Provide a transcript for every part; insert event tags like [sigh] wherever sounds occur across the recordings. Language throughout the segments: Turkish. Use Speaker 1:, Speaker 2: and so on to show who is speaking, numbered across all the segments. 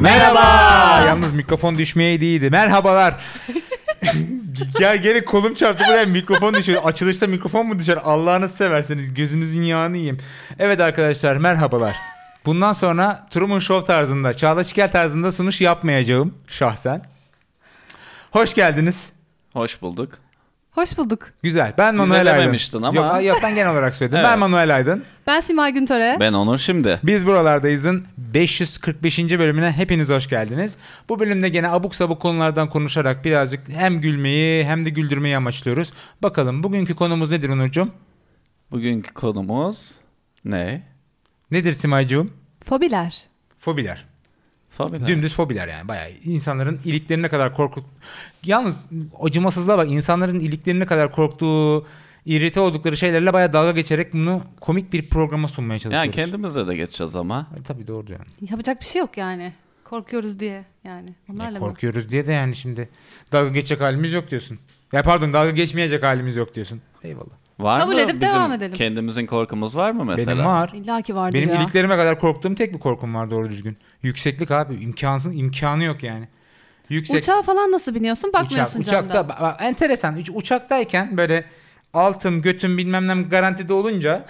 Speaker 1: Merhaba. Yalnız mikrofon düşmeyeydi iyiydi. Merhabalar. [laughs] ya gene kolum çarptı buraya mikrofon düşüyor. Açılışta mikrofon mu düşer? Allah'ını severseniz gözünüzün yağını yiyeyim. Evet arkadaşlar merhabalar. Bundan sonra Truman Show tarzında, Çağla Şikel tarzında sunuş yapmayacağım şahsen. Hoş geldiniz.
Speaker 2: Hoş bulduk.
Speaker 3: Hoş bulduk.
Speaker 1: Güzel. Ben Manuel
Speaker 2: Güzellememiştin
Speaker 1: Aydın.
Speaker 2: ama.
Speaker 1: Yok, yok ben genel olarak söyledim.
Speaker 2: Evet.
Speaker 1: Ben Manuel Aydın.
Speaker 3: Ben Simay Güntöre.
Speaker 2: Ben Onur şimdi.
Speaker 1: Biz buralardayızın 545. bölümüne hepiniz hoş geldiniz. Bu bölümde gene abuk sabuk konulardan konuşarak birazcık hem gülmeyi hem de güldürmeyi amaçlıyoruz. Bakalım bugünkü konumuz nedir Onurcuğum?
Speaker 2: Bugünkü konumuz ne?
Speaker 1: Nedir Simaycığım?
Speaker 3: Fobiler.
Speaker 1: Fobiler.
Speaker 2: Fabiler.
Speaker 1: Dümdüz fobiler yani bayağı insanların iliklerine kadar korkut. Yalnız acımasızlığa bak insanların iliklerine kadar korktuğu, irite oldukları şeylerle bayağı dalga geçerek bunu komik bir programa sunmaya çalışıyoruz.
Speaker 2: yani kendimize de geçeceğiz ama.
Speaker 1: E, Tabii doğru yani.
Speaker 3: Yapacak bir şey yok yani. Korkuyoruz diye yani.
Speaker 1: Ya
Speaker 3: Onlarla mı?
Speaker 1: E, korkuyoruz diye de yani şimdi dalga geçecek halimiz yok diyorsun. Ya pardon dalga geçmeyecek halimiz yok diyorsun. Eyvallah.
Speaker 2: Var
Speaker 3: Kabul
Speaker 2: mı?
Speaker 3: edip
Speaker 2: Bizim
Speaker 3: devam edelim.
Speaker 2: Kendimizin korkumuz var mı mesela?
Speaker 1: Benim var.
Speaker 3: İlla ki vardır
Speaker 1: Benim
Speaker 3: ya.
Speaker 1: iliklerime kadar korktuğum tek bir korkum var doğru düzgün. Yükseklik abi imkansız imkanı yok yani. Yüksek
Speaker 3: Uçağa falan nasıl biniyorsun? Bakmıyorsun
Speaker 1: uçak,
Speaker 3: camdan.
Speaker 1: uçakta ba- ba- enteresan. Uç- uçaktayken böyle altım götüm bilmem ne garantide
Speaker 3: [laughs]
Speaker 1: olunca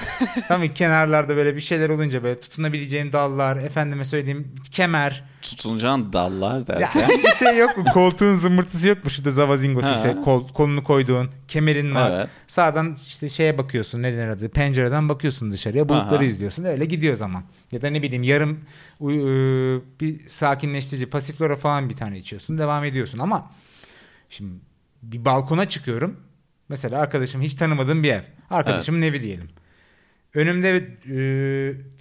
Speaker 1: tabii kenarlarda böyle bir şeyler olunca böyle tutunabileceğim dallar efendime söyleyeyim kemer
Speaker 2: Tutunacağın dallar
Speaker 1: Ya
Speaker 2: derken.
Speaker 1: bir şey yok mu? Koltuğun zımbırtısı yok mu? Şurada zavazingosu
Speaker 2: Ha.
Speaker 1: ise kol, kolunu koyduğun, kemerin var.
Speaker 2: Evet.
Speaker 1: Sağdan işte şeye bakıyorsun ne denir adı? Pencereden bakıyorsun dışarıya bulutları
Speaker 2: Aha.
Speaker 1: izliyorsun. Öyle gidiyor zaman. Ya da ne bileyim yarım u- ıı, bir sakinleştirici pasiflora falan bir tane içiyorsun. Devam ediyorsun ama şimdi bir balkona çıkıyorum. Mesela arkadaşım hiç tanımadığım bir ev. Arkadaşımın evi diyelim. Önümde e,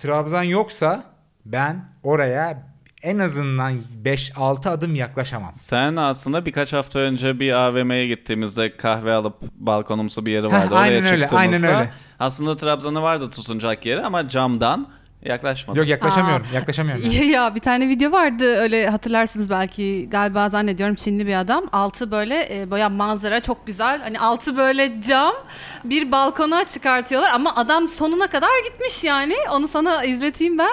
Speaker 1: Trabzan yoksa ben oraya en azından 5-6 adım yaklaşamam.
Speaker 2: Sen aslında birkaç hafta önce bir AVM'ye gittiğimizde kahve alıp balkonumsu bir yeri vardı.
Speaker 1: Heh,
Speaker 2: Oraya
Speaker 1: aynen öyle,
Speaker 2: çıktığımızda
Speaker 1: aynen öyle.
Speaker 2: aslında Trabzon'u vardı tutunacak yeri ama camdan yaklaşmadı.
Speaker 1: Yok yaklaşamıyorum.
Speaker 3: Aa.
Speaker 1: Yaklaşamıyorum.
Speaker 3: [laughs]
Speaker 1: yani.
Speaker 3: Ya, ya bir tane video vardı öyle hatırlarsınız belki galiba zannediyorum Çinli bir adam altı böyle e, baya manzara çok güzel hani altı böyle cam bir balkona çıkartıyorlar ama adam sonuna kadar gitmiş yani onu sana izleteyim ben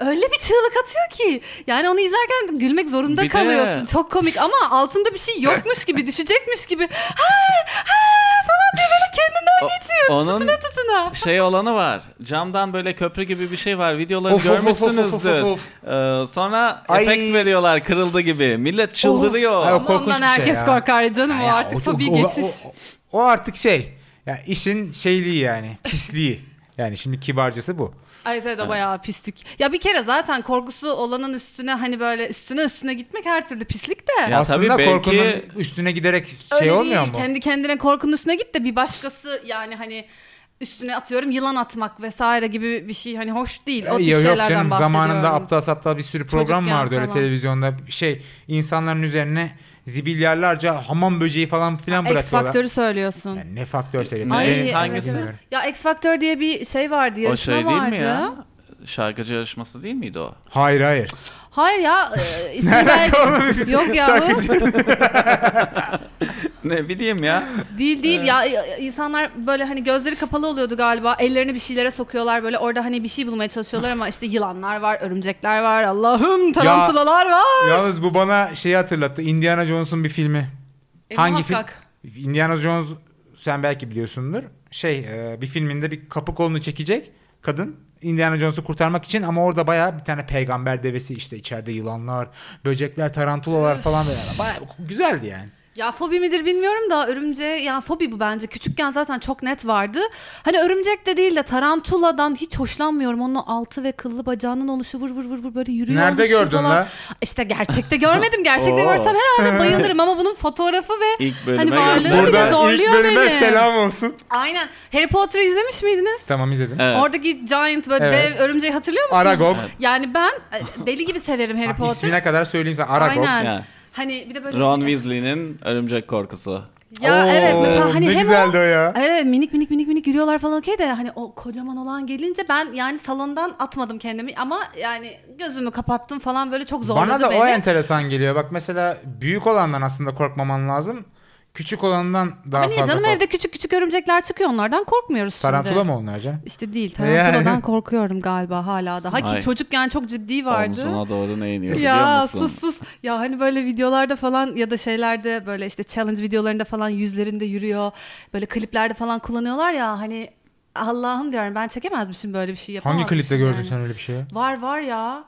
Speaker 3: öyle bir çığlık atıyor ki yani onu izlerken gülmek zorunda
Speaker 2: Bir de-
Speaker 3: kalıyorsun çok komik ama altında bir şey yokmuş
Speaker 1: [laughs]
Speaker 3: gibi düşecekmiş gibi ha ha falan diye böyle
Speaker 2: O-
Speaker 3: kendinden geçiyor
Speaker 2: onun-
Speaker 3: tutuna tutuna.
Speaker 2: şey olanı var. Camdan böyle köprü gibi bir şey var. Videoları
Speaker 1: Of, of, of, of, of,
Speaker 2: görmüşsünüzdür.
Speaker 1: of, of.
Speaker 2: Ee, sonra
Speaker 1: Ay.
Speaker 2: efekt veriyorlar kırıldı gibi. Millet çıldırıyor.
Speaker 1: Ay, o
Speaker 3: Ama
Speaker 1: korkunç
Speaker 3: ondan
Speaker 1: bir şey
Speaker 3: herkes
Speaker 1: ya.
Speaker 3: korkar canım
Speaker 1: Ya,
Speaker 3: o
Speaker 1: ya,
Speaker 3: artık
Speaker 1: o-
Speaker 3: fobi
Speaker 1: o-
Speaker 3: geçiş.
Speaker 1: O, o- o artık şey. Ya işin şeyliği yani. Pisliği. Yani şimdi kibarcası bu.
Speaker 3: Ay evet o bayağı pislik. Ya bir kere zaten korkusu olanın üstüne hani böyle üstüne üstüne gitmek her türlü pislik de.
Speaker 2: Ya
Speaker 1: Aslında
Speaker 2: tabii belki-
Speaker 1: korkunun üstüne giderek şey
Speaker 3: Öyle
Speaker 1: olmuyor
Speaker 3: değil.
Speaker 1: mu?
Speaker 3: Kendi kendine korkunun üstüne git de bir başkası yani hani üstüne atıyorum yılan atmak vesaire gibi bir şey hani hoş değil. O
Speaker 1: Ya
Speaker 3: tip
Speaker 1: Ee, yok
Speaker 3: şeylerden
Speaker 1: canım
Speaker 3: bahsediyorum.
Speaker 1: zamanında aptal saptal bir sürü program
Speaker 3: Çocukken
Speaker 1: vardı öyle
Speaker 3: falan.
Speaker 1: televizyonda şey insanların üzerine zibilyarlarca hamam böceği falan filan
Speaker 3: X
Speaker 1: bırakıyorlar.
Speaker 3: Factor'ı söylüyorsun.
Speaker 1: Yani ne faktör seyreti?
Speaker 2: Ne?
Speaker 3: Ay,
Speaker 2: Benim-
Speaker 3: evet,
Speaker 2: hangisi?
Speaker 3: evet. Ya X Factor diye bir şey vardı,
Speaker 2: o
Speaker 3: yarışma
Speaker 2: şey değil
Speaker 3: vardı.
Speaker 2: mi ya? Şarkıcı yarışması değil miydi o? [laughs]
Speaker 1: Hayır
Speaker 3: [laughs]
Speaker 1: hayır.
Speaker 3: Hayır ya,
Speaker 1: [laughs]
Speaker 3: e, ismi belki... Yok ya bu.
Speaker 1: Şarkıcı-
Speaker 2: Ne bileyim ya.
Speaker 3: Değil değil ya e, insanlar böyle hani gözleri kapalı oluyordu galiba. Ellerini bir şeylere sokuyorlar böyle orada hani bir şey bulmaya çalışıyorlar ama işte yılanlar var, örümcekler var, Allah'ım tarantulalar var.
Speaker 1: Yalnız bu bana şeyi hatırlattı. Indiana Jones'un bir filmi.
Speaker 3: E,
Speaker 1: Hangi film?
Speaker 3: muhakkak.
Speaker 1: Indiana Jones sen belki biliyorsundur. Şey e, bir filminde bir kapı kolunu çekecek kadın Indiana Jones'u kurtarmak için ama orada bayağı bir tane peygamber devesi işte içeride yılanlar, böcekler, tarantulalar falan böyle. Bayağı güzeldi yani.
Speaker 3: Ya fobi midir bilmiyorum da örümceğe ya fobi bu bence. Küçükken zaten çok net vardı. Hani örümcek de değil de tarantuladan hiç hoşlanmıyorum. Onun o altı ve kıllı bacağının oluşu vır vır vır vır böyle yürüyor
Speaker 1: Nerede
Speaker 3: oluşu
Speaker 1: gördün
Speaker 3: falan.
Speaker 1: la?
Speaker 3: İşte gerçekte görmedim. Gerçekte
Speaker 2: Oo.
Speaker 3: görsem herhalde bayılırım ama bunun fotoğrafı ve
Speaker 2: İlk bölüme
Speaker 3: hani varlığı
Speaker 2: gönder.
Speaker 3: bir de
Speaker 2: Buradan
Speaker 3: zorluyor beni.
Speaker 1: olsun.
Speaker 3: Aynen. Harry Potter'ı izlemiş miydiniz?
Speaker 1: Tamam izledim.
Speaker 2: Evet.
Speaker 3: Oradaki giant böyle
Speaker 1: Evet.
Speaker 3: dev örümceği hatırlıyor musunuz?
Speaker 1: Aragog.
Speaker 3: Yani ben e, deli gibi severim Harry
Speaker 1: Ha,
Speaker 3: Potter.
Speaker 1: ismine kadar söyleyeyim sana. Aragog.
Speaker 3: Aynen.
Speaker 2: Ya.
Speaker 3: Hani bir de böyle
Speaker 2: Ron Weasley'nin örümcek korkusu.
Speaker 3: Ya
Speaker 1: Oo,
Speaker 3: evet mesela hani
Speaker 1: ne
Speaker 3: hem
Speaker 1: güzeldi o ya.
Speaker 3: Evet minik minik minik minik yürüyorlar falan okey de hani o kocaman olan gelince ben yani salondan atmadım kendimi ama yani gözümü kapattım falan böyle çok zorladı
Speaker 1: Bana da
Speaker 3: beni.
Speaker 1: o enteresan geliyor. Bak mesela büyük olandan aslında korkmaman lazım. Küçük olandan daha
Speaker 3: Ama Hani niye
Speaker 1: fazla
Speaker 3: canım
Speaker 1: kork-
Speaker 3: evde küçük küçük örümcekler çıkıyor onlardan korkmuyoruz şimdi.
Speaker 1: Tarantula mı onlar canım?
Speaker 3: İşte değil
Speaker 1: Yani.
Speaker 3: tarantuladan korkuyorum galiba hala daha. Ki
Speaker 2: Ay.
Speaker 3: çocukken çok ciddi vardı.
Speaker 2: Omzuna doğru ne iniyor biliyor
Speaker 3: Ya
Speaker 2: musun?
Speaker 3: sus sus. Ya hani böyle videolarda falan ya da şeylerde böyle işte challenge videolarında falan yüzlerinde yürüyor. Böyle kliplerde falan kullanıyorlar ya hani Allah'ım diyorum ben çekemezmişim böyle bir şey
Speaker 1: Hangi
Speaker 3: yapamazmışım.
Speaker 1: klipte gördün
Speaker 3: yani.
Speaker 1: sen öyle bir şeyi?
Speaker 3: Var var ya.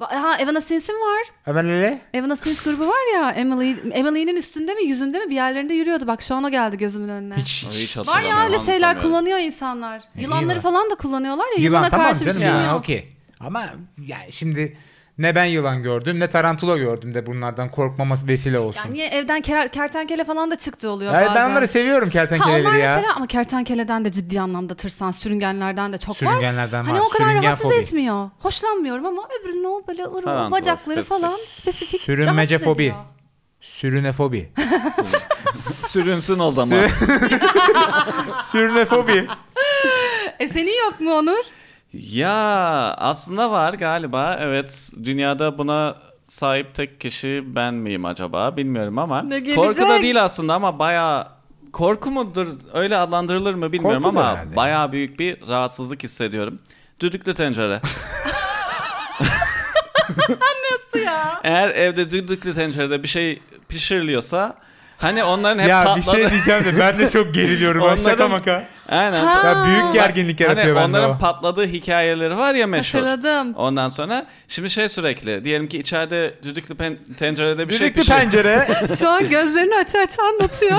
Speaker 3: Va- Ha Evanescence'in var.
Speaker 1: Hemen öyle.
Speaker 3: Evanescence grubu var ya Emily Emily'nin üstünde mi yüzünde mi bir yerlerinde yürüyordu. Bak şu an o geldi gözümün önüne.
Speaker 1: Hiç.
Speaker 2: Ay,
Speaker 1: hiç.
Speaker 2: hiç
Speaker 3: Var ya öyle
Speaker 2: hatırlamıyorum,
Speaker 3: şeyler
Speaker 2: anımsamıyorum.
Speaker 3: kullanıyor insanlar.
Speaker 1: E, iyi
Speaker 3: Yılanları
Speaker 1: var.
Speaker 3: falan da kullanıyorlar ya.
Speaker 1: Yılan
Speaker 3: yılana
Speaker 1: tamam
Speaker 3: karşı
Speaker 1: canım
Speaker 3: bir şey
Speaker 1: ya,
Speaker 3: yok.
Speaker 1: okey. Ama yani şimdi ne ben yılan gördüm ne tarantula gördüm de bunlardan korkmaması vesile olsun.
Speaker 3: Yani niye evden kera- kertenkele falan da çıktı oluyor
Speaker 1: Evet,
Speaker 3: bazen.
Speaker 1: ben onları seviyorum
Speaker 3: Ha onlar
Speaker 1: kertenkeleleri ya.
Speaker 3: mesela ama kertenkeleden de ciddi anlamda tırsan, sürüngenlerden de çok var.
Speaker 1: Sürüngenlerden
Speaker 3: Hani
Speaker 1: var.
Speaker 3: o kadar
Speaker 1: Sürüngen
Speaker 3: rahatsız
Speaker 1: fobi.
Speaker 3: etmiyor. Hoşlanmıyorum ama öbürünün o böyle ırığı,
Speaker 2: Tarantula,
Speaker 3: bacakları
Speaker 2: spesifik.
Speaker 3: falan spesifik
Speaker 1: Sürünmece
Speaker 3: rahatsız
Speaker 1: fobi.
Speaker 3: ediyor.
Speaker 1: Sürünefobi.
Speaker 2: Sürünsün o zaman.
Speaker 1: [laughs] Sürünefobi.
Speaker 3: E senin yok mu Onur?
Speaker 2: Ya aslında var galiba. Evet dünyada buna sahip tek kişi ben miyim acaba bilmiyorum ama.
Speaker 3: Ne gelecek?
Speaker 2: Korku da değil aslında ama bayağı korku mudur öyle adlandırılır mı bilmiyorum
Speaker 1: Korkudur
Speaker 2: ama
Speaker 1: herhalde.
Speaker 2: bayağı büyük bir rahatsızlık hissediyorum.
Speaker 1: [laughs]
Speaker 2: Düdüklü tencere.
Speaker 3: Ya.
Speaker 2: Eğer evde düdüklü tencerede bir şey pişiriliyorsa hani onların hep
Speaker 1: ya bir
Speaker 2: patladı.
Speaker 1: şey diyeceğim de ben de çok geriliyorum. ha, Şaka
Speaker 2: Onların-
Speaker 1: maka.
Speaker 2: Aynen.
Speaker 3: Ha,
Speaker 1: Ya büyük gerginlik
Speaker 2: Hani
Speaker 1: yaratıyor bende
Speaker 2: onların
Speaker 1: o.
Speaker 2: patladığı hikayeleri var ya meşhur. [laughs]
Speaker 3: Hatırladım.
Speaker 2: Ondan sonra şimdi şey sürekli diyelim ki içeride düdüklü pen- tencerede bir şey
Speaker 1: Düdüklü
Speaker 2: pişiyor.
Speaker 1: pencere.
Speaker 2: [laughs]
Speaker 3: Şu an gözlerini aç aç
Speaker 1: [laughs]
Speaker 3: anlatıyor.